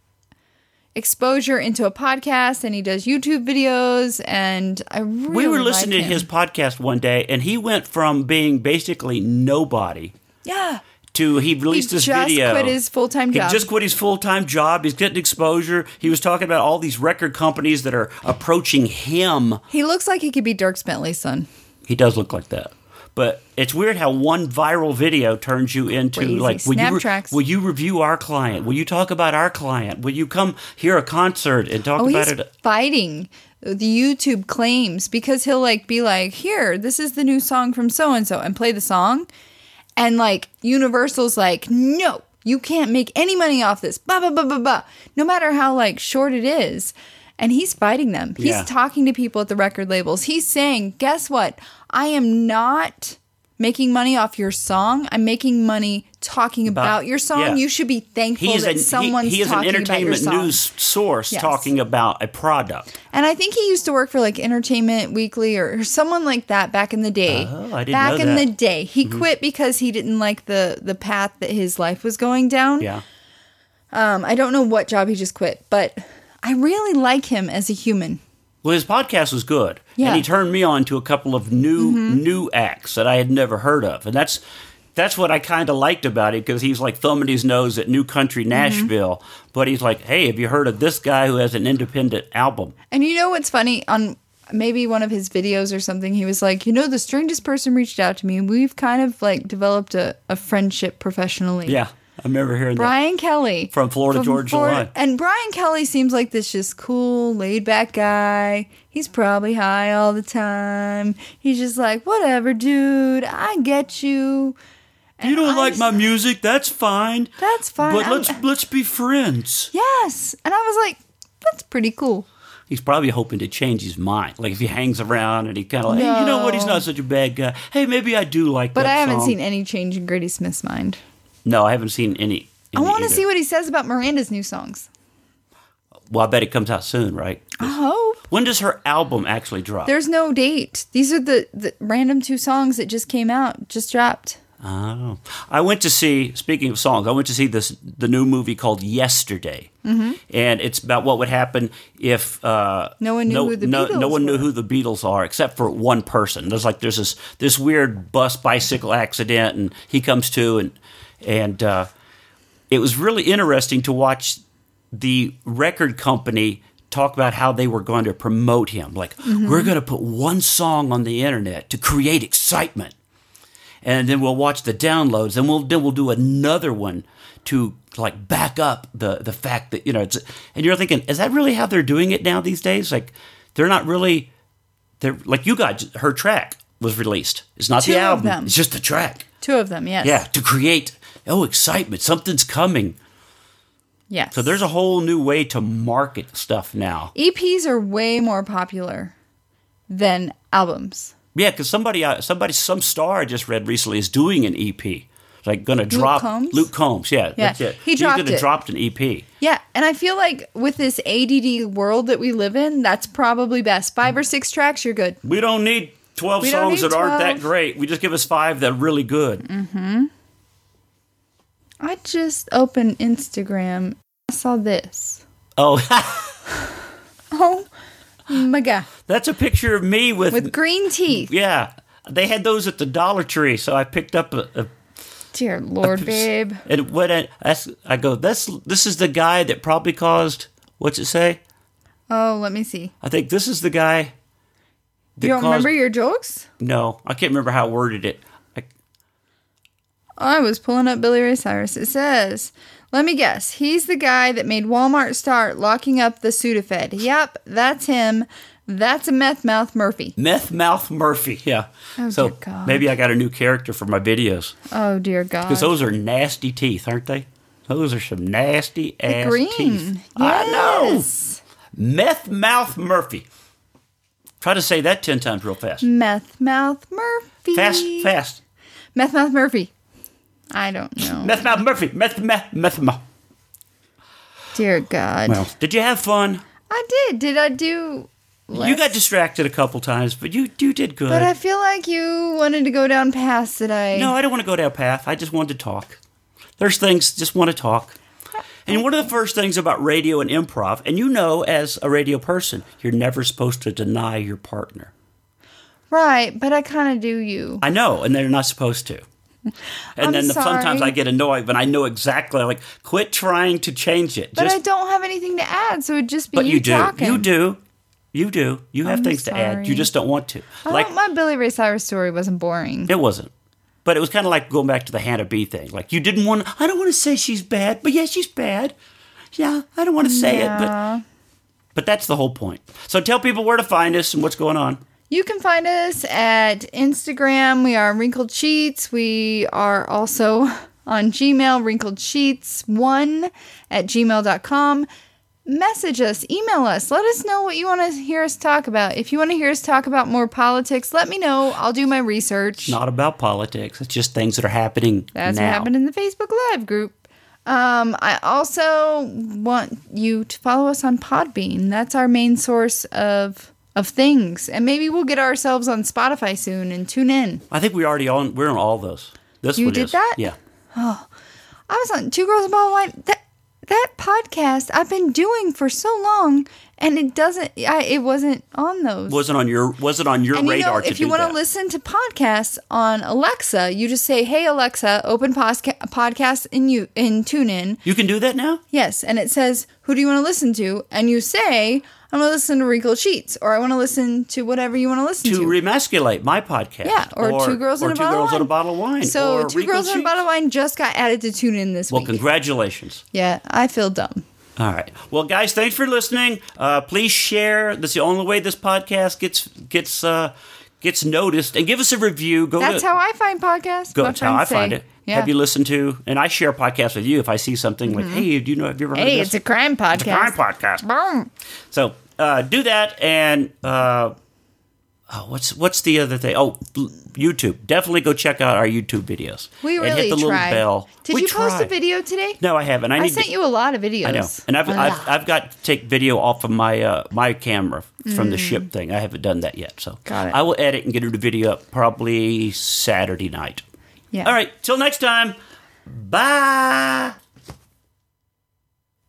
[SPEAKER 2] exposure into a podcast and he does YouTube videos and I really
[SPEAKER 1] we were
[SPEAKER 2] like
[SPEAKER 1] listening
[SPEAKER 2] him.
[SPEAKER 1] to his podcast one day, and he went from being basically nobody
[SPEAKER 2] Yeah.
[SPEAKER 1] to he released this
[SPEAKER 2] just
[SPEAKER 1] video.
[SPEAKER 2] quit his full-time job.
[SPEAKER 1] He just quit his full time job. He's getting exposure. He was talking about all these record companies that are approaching him.
[SPEAKER 2] He looks like he could be Dirk Bentley's son.
[SPEAKER 1] He does look like that. But it's weird how one viral video turns you into
[SPEAKER 2] Crazy.
[SPEAKER 1] like will
[SPEAKER 2] Snap
[SPEAKER 1] you,
[SPEAKER 2] tracks.
[SPEAKER 1] will you review our client? Will you talk about our client? Will you come hear a concert and talk
[SPEAKER 2] Oh,
[SPEAKER 1] about
[SPEAKER 2] he's
[SPEAKER 1] it?
[SPEAKER 2] fighting the YouTube claims because he'll like be like, "Here, this is the new song from so and so," and play the song, and like Universal's like, "No, you can't make any money off this." Blah blah blah blah blah. No matter how like short it is, and he's fighting them. He's
[SPEAKER 1] Yeah.
[SPEAKER 2] talking to people at the record labels. He's saying, "Guess what? I am not." Making money off your song. I'm making money talking about, your song.
[SPEAKER 1] yeah.
[SPEAKER 2] You should be thankful
[SPEAKER 1] He is,
[SPEAKER 2] that
[SPEAKER 1] an, he,
[SPEAKER 2] someone's
[SPEAKER 1] he is an
[SPEAKER 2] talking about your
[SPEAKER 1] entertainment
[SPEAKER 2] song.
[SPEAKER 1] news source
[SPEAKER 2] Yes.
[SPEAKER 1] talking about a product.
[SPEAKER 2] And I think he used to work for like Entertainment Weekly or, or someone like that back in the day.
[SPEAKER 1] Oh, I didn't
[SPEAKER 2] back
[SPEAKER 1] know that.
[SPEAKER 2] in
[SPEAKER 1] Mm-hmm.
[SPEAKER 2] the day, he quit because he didn't like the the path that his life was going down.
[SPEAKER 1] Yeah.
[SPEAKER 2] Um, I don't know what job he just quit, but I really like him as a human.
[SPEAKER 1] Well, his podcast was good,
[SPEAKER 2] Yeah. Mm-hmm.
[SPEAKER 1] and he turned me on to a couple of new new acts that I had never heard of, and that's that's what I kind of liked about it because he's like thumbing his nose at New Country
[SPEAKER 2] Mm-hmm.
[SPEAKER 1] Nashville, but he's like, "Hey, have you heard of this guy who has an independent album?"
[SPEAKER 2] And you know what's funny? On maybe one of his videos or something, he was like, you know, the strangest person reached out to me, and we've kind of like developed a, a friendship professionally.
[SPEAKER 1] Yeah, I remember hearing that
[SPEAKER 2] Brian Kelly
[SPEAKER 1] from Florida Georgia
[SPEAKER 2] Florida-
[SPEAKER 1] Line.
[SPEAKER 2] And Brian Kelly seems like this just cool, laid back guy. He's probably high all the time. He's just like, whatever, dude, I get you.
[SPEAKER 1] You don't
[SPEAKER 2] I
[SPEAKER 1] like
[SPEAKER 2] just-
[SPEAKER 1] my music? That's fine.
[SPEAKER 2] That's fine.
[SPEAKER 1] But
[SPEAKER 2] I'm-
[SPEAKER 1] let's let's be friends.
[SPEAKER 2] Yes. And I was like, that's pretty cool.
[SPEAKER 1] He's probably hoping to change his mind. Like if he hangs around and he kind of like, hey, you know what? He's
[SPEAKER 2] No.
[SPEAKER 1] not such a bad guy. Hey, maybe I do like.
[SPEAKER 2] But
[SPEAKER 1] that
[SPEAKER 2] I haven't
[SPEAKER 1] song.
[SPEAKER 2] seen any change in Grady Smith's mind.
[SPEAKER 1] No, I haven't seen any.
[SPEAKER 2] I
[SPEAKER 1] any
[SPEAKER 2] want to
[SPEAKER 1] either.
[SPEAKER 2] see what he says about Miranda's new songs.
[SPEAKER 1] Well, I bet it comes out soon, right?
[SPEAKER 2] I hope.
[SPEAKER 1] When does her album actually drop?
[SPEAKER 2] There's no date. These are the, the random two songs that just came out, just dropped.
[SPEAKER 1] Oh, I went to see. Speaking of songs, I went to see this the new movie called Yesterday, mm-hmm. and it's about what would happen if uh,
[SPEAKER 2] No one knew
[SPEAKER 1] no,
[SPEAKER 2] who the
[SPEAKER 1] no, no
[SPEAKER 2] Beatles
[SPEAKER 1] one knew
[SPEAKER 2] were.
[SPEAKER 1] who the Beatles are except for one person. There's like there's this this weird bus bicycle accident, and he comes to, and and uh, it was really interesting to watch the record company talk about how they were going to promote him. Like
[SPEAKER 2] Mm-hmm.
[SPEAKER 1] we're going to put one song on the internet to create excitement and then we'll watch the downloads and we'll then we'll do another one to like back up the the fact that you know it's and you're thinking is that really how they're doing it now these days like they're not really they're like you got her track was released it's not
[SPEAKER 2] Two
[SPEAKER 1] the
[SPEAKER 2] of
[SPEAKER 1] album
[SPEAKER 2] them.
[SPEAKER 1] it's just the track
[SPEAKER 2] Two of them, yes.
[SPEAKER 1] yeah to create oh excitement something's coming
[SPEAKER 2] Yes.
[SPEAKER 1] so there's a whole new way to market stuff now
[SPEAKER 2] EPs are way more popular than albums.
[SPEAKER 1] Yeah, because somebody, uh, somebody, some star I just read recently is doing an EP. Like going to drop
[SPEAKER 2] Combs?
[SPEAKER 1] Luke Combs. Yeah, that's it.
[SPEAKER 2] he
[SPEAKER 1] He's
[SPEAKER 2] dropped
[SPEAKER 1] gonna
[SPEAKER 2] it.
[SPEAKER 1] dropped an E EP.
[SPEAKER 2] Yeah, and I feel like with this ADD world that we live in, that's probably best. Five or six tracks, you're good.
[SPEAKER 1] We don't need twelve
[SPEAKER 2] We don't
[SPEAKER 1] songs
[SPEAKER 2] need
[SPEAKER 1] that aren't that
[SPEAKER 2] 12.
[SPEAKER 1] great. We just give us five that are really good.
[SPEAKER 2] I just opened Instagram. I saw this.
[SPEAKER 1] Oh,
[SPEAKER 2] Oh my god.
[SPEAKER 1] that's a picture of me with,
[SPEAKER 2] With green teeth.
[SPEAKER 1] yeah. They had those at the Dollar Tree, so I picked up a, a
[SPEAKER 2] Dear Lord, babe.
[SPEAKER 1] and when I, that's- I go, that's this is the guy that probably caused what's it say?
[SPEAKER 2] Oh, let me see.
[SPEAKER 1] I think this is the guy. That
[SPEAKER 2] You don't
[SPEAKER 1] caused,
[SPEAKER 2] remember your jokes?
[SPEAKER 1] No, I can't remember how I worded it. I,
[SPEAKER 2] I was pulling up Billy Ray Cyrus. It says, let me guess, he's the guy that made Walmart start locking up the Sudafed. Yep, that's him. That's a meth mouth Murphy.
[SPEAKER 1] Meth Mouth Murphy. Yeah.
[SPEAKER 2] Oh,
[SPEAKER 1] so
[SPEAKER 2] dear God.
[SPEAKER 1] maybe I got a new character for my videos
[SPEAKER 2] Oh dear God.
[SPEAKER 1] because those are nasty teeth, aren't they? Those are some nasty ass
[SPEAKER 2] green.
[SPEAKER 1] teeth. I know.
[SPEAKER 2] Yes.
[SPEAKER 1] Meth Mouth Murphy. Try to say that ten times real fast.
[SPEAKER 2] Meth mouth Murphy.
[SPEAKER 1] Fast, fast.
[SPEAKER 2] Meth mouth Murphy. I don't know.
[SPEAKER 1] Meth Mouth Murphy. Meth Meth Meth Mouth.
[SPEAKER 2] dear God.
[SPEAKER 1] Well, did you have fun?
[SPEAKER 2] I did. Did I do?
[SPEAKER 1] You
[SPEAKER 2] less?
[SPEAKER 1] got distracted a couple times, but you you did good.
[SPEAKER 2] But I feel like you wanted to go down paths that I.
[SPEAKER 1] No, I don't want to go down path. I just wanted to talk. There's things just want to talk. And one of the first things about radio and improv, and you know as a radio person, you're never supposed to deny your partner.
[SPEAKER 2] Right, but I kind of do you.
[SPEAKER 1] I know, and they're not supposed to. And
[SPEAKER 2] I'm
[SPEAKER 1] then the- sometimes
[SPEAKER 2] sorry.
[SPEAKER 1] I get annoyed when I know exactly like quit trying to change it.
[SPEAKER 2] But
[SPEAKER 1] Just
[SPEAKER 2] I don't have anything to add, so it'd just be
[SPEAKER 1] but you, do.
[SPEAKER 2] talking.
[SPEAKER 1] You do. You do. You have
[SPEAKER 2] I'm
[SPEAKER 1] things to add. You
[SPEAKER 2] sorry.
[SPEAKER 1] just don't want to.
[SPEAKER 2] I
[SPEAKER 1] like
[SPEAKER 2] thought my Billy Ray Cyrus story wasn't boring.
[SPEAKER 1] It wasn't. But it was kind of like going back to the Hannah B thing. Like you didn't want. I don't want to say she's bad, but yeah, she's bad. Yeah, I don't want to say it, but
[SPEAKER 2] Yeah.
[SPEAKER 1] but that's the whole point. So tell people where to find us and what's going on.
[SPEAKER 2] You can find us at Instagram. We are Wrinkled Sheets. We are also on Gmail, Wrinkled Sheets1 at gmail.com. Message us, email us, let us know what you want to hear us talk about. If you want to hear us talk about more politics, let me know. I'll do my research.
[SPEAKER 1] Not about politics. It's just things that are happening
[SPEAKER 2] That's
[SPEAKER 1] now.
[SPEAKER 2] what happened in the Facebook Live group. Um, I also want you to follow us on Podbean. That's our main source of of things, and maybe we'll get ourselves on Spotify soon and tune in.
[SPEAKER 1] I think we already on. We're on all those. This
[SPEAKER 2] You
[SPEAKER 1] one
[SPEAKER 2] did
[SPEAKER 1] is.
[SPEAKER 2] that?
[SPEAKER 1] Yeah.
[SPEAKER 2] I was on Two Girls About Wine. That that podcast I've been doing for so long, and it doesn't. I, it wasn't on those.
[SPEAKER 1] Wasn't on your wasn't on your
[SPEAKER 2] and you
[SPEAKER 1] radar
[SPEAKER 2] know,
[SPEAKER 1] to
[SPEAKER 2] if
[SPEAKER 1] do
[SPEAKER 2] you want
[SPEAKER 1] that.
[SPEAKER 2] to listen to podcasts on Alexa, you just say, "Hey Alexa, open posca- podcast in you in TuneIn."
[SPEAKER 1] you can do that now.
[SPEAKER 2] Yes, and it says, "Who do you want to listen to?" And you say, "I want to listen to Wrinkled Sheets," or "I want to listen to whatever you want to listen
[SPEAKER 1] To
[SPEAKER 2] to."
[SPEAKER 1] remasculate my podcast.
[SPEAKER 2] yeah, or, two girls,
[SPEAKER 1] or
[SPEAKER 2] in, a
[SPEAKER 1] Two
[SPEAKER 2] bottle
[SPEAKER 1] Girls
[SPEAKER 2] of
[SPEAKER 1] in
[SPEAKER 2] wine.
[SPEAKER 1] a Bottle of Wine.
[SPEAKER 2] So
[SPEAKER 1] or
[SPEAKER 2] two
[SPEAKER 1] Regal
[SPEAKER 2] girls in a
[SPEAKER 1] Sheets.
[SPEAKER 2] bottle of wine just got added to TuneIn this
[SPEAKER 1] Well,
[SPEAKER 2] week.
[SPEAKER 1] congratulations.
[SPEAKER 2] yeah, I feel dumb.
[SPEAKER 1] All right. Well, guys, thanks for listening. Uh, please share. That's the only way this podcast gets gets uh, gets noticed. And give us a review. Go
[SPEAKER 2] That's
[SPEAKER 1] to,
[SPEAKER 2] how I find podcasts.
[SPEAKER 1] go,
[SPEAKER 2] my
[SPEAKER 1] that's how I
[SPEAKER 2] friends
[SPEAKER 1] find
[SPEAKER 2] say.
[SPEAKER 1] it.
[SPEAKER 2] Yeah. Mm-hmm.
[SPEAKER 1] Have you listened to? And I share podcasts with you if I see something like, hey, do you know? Have you ever heard
[SPEAKER 2] hey,
[SPEAKER 1] of
[SPEAKER 2] it's
[SPEAKER 1] this?
[SPEAKER 2] a crime podcast.
[SPEAKER 1] It's a crime podcast.
[SPEAKER 2] Boom.
[SPEAKER 1] So uh, do that, and uh, oh, what's what's the other thing? Oh, l- YouTube. Definitely go check out our YouTube videos.
[SPEAKER 2] We really
[SPEAKER 1] and hit the
[SPEAKER 2] tried.
[SPEAKER 1] little bell.
[SPEAKER 2] Did
[SPEAKER 1] We
[SPEAKER 2] you post a
[SPEAKER 1] tried.
[SPEAKER 2] video today?
[SPEAKER 1] No, I haven't. I,
[SPEAKER 2] I
[SPEAKER 1] need
[SPEAKER 2] sent
[SPEAKER 1] to,
[SPEAKER 2] you a lot of videos.
[SPEAKER 1] I know, and I've,
[SPEAKER 2] A
[SPEAKER 1] I've
[SPEAKER 2] lot.
[SPEAKER 1] I've got to take video off of my uh, my camera from the ship thing. I haven't done that yet, so
[SPEAKER 2] Mm. Got it.
[SPEAKER 1] I will edit and get a video up probably Saturday night.
[SPEAKER 2] yeah.
[SPEAKER 1] All right, till next time. Bye.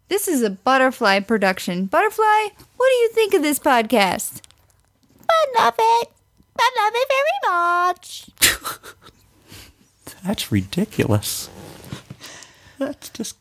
[SPEAKER 2] This is a butterfly production. Butterfly, what do you think of this podcast? I love it. I love it very much.
[SPEAKER 1] That's ridiculous. That's just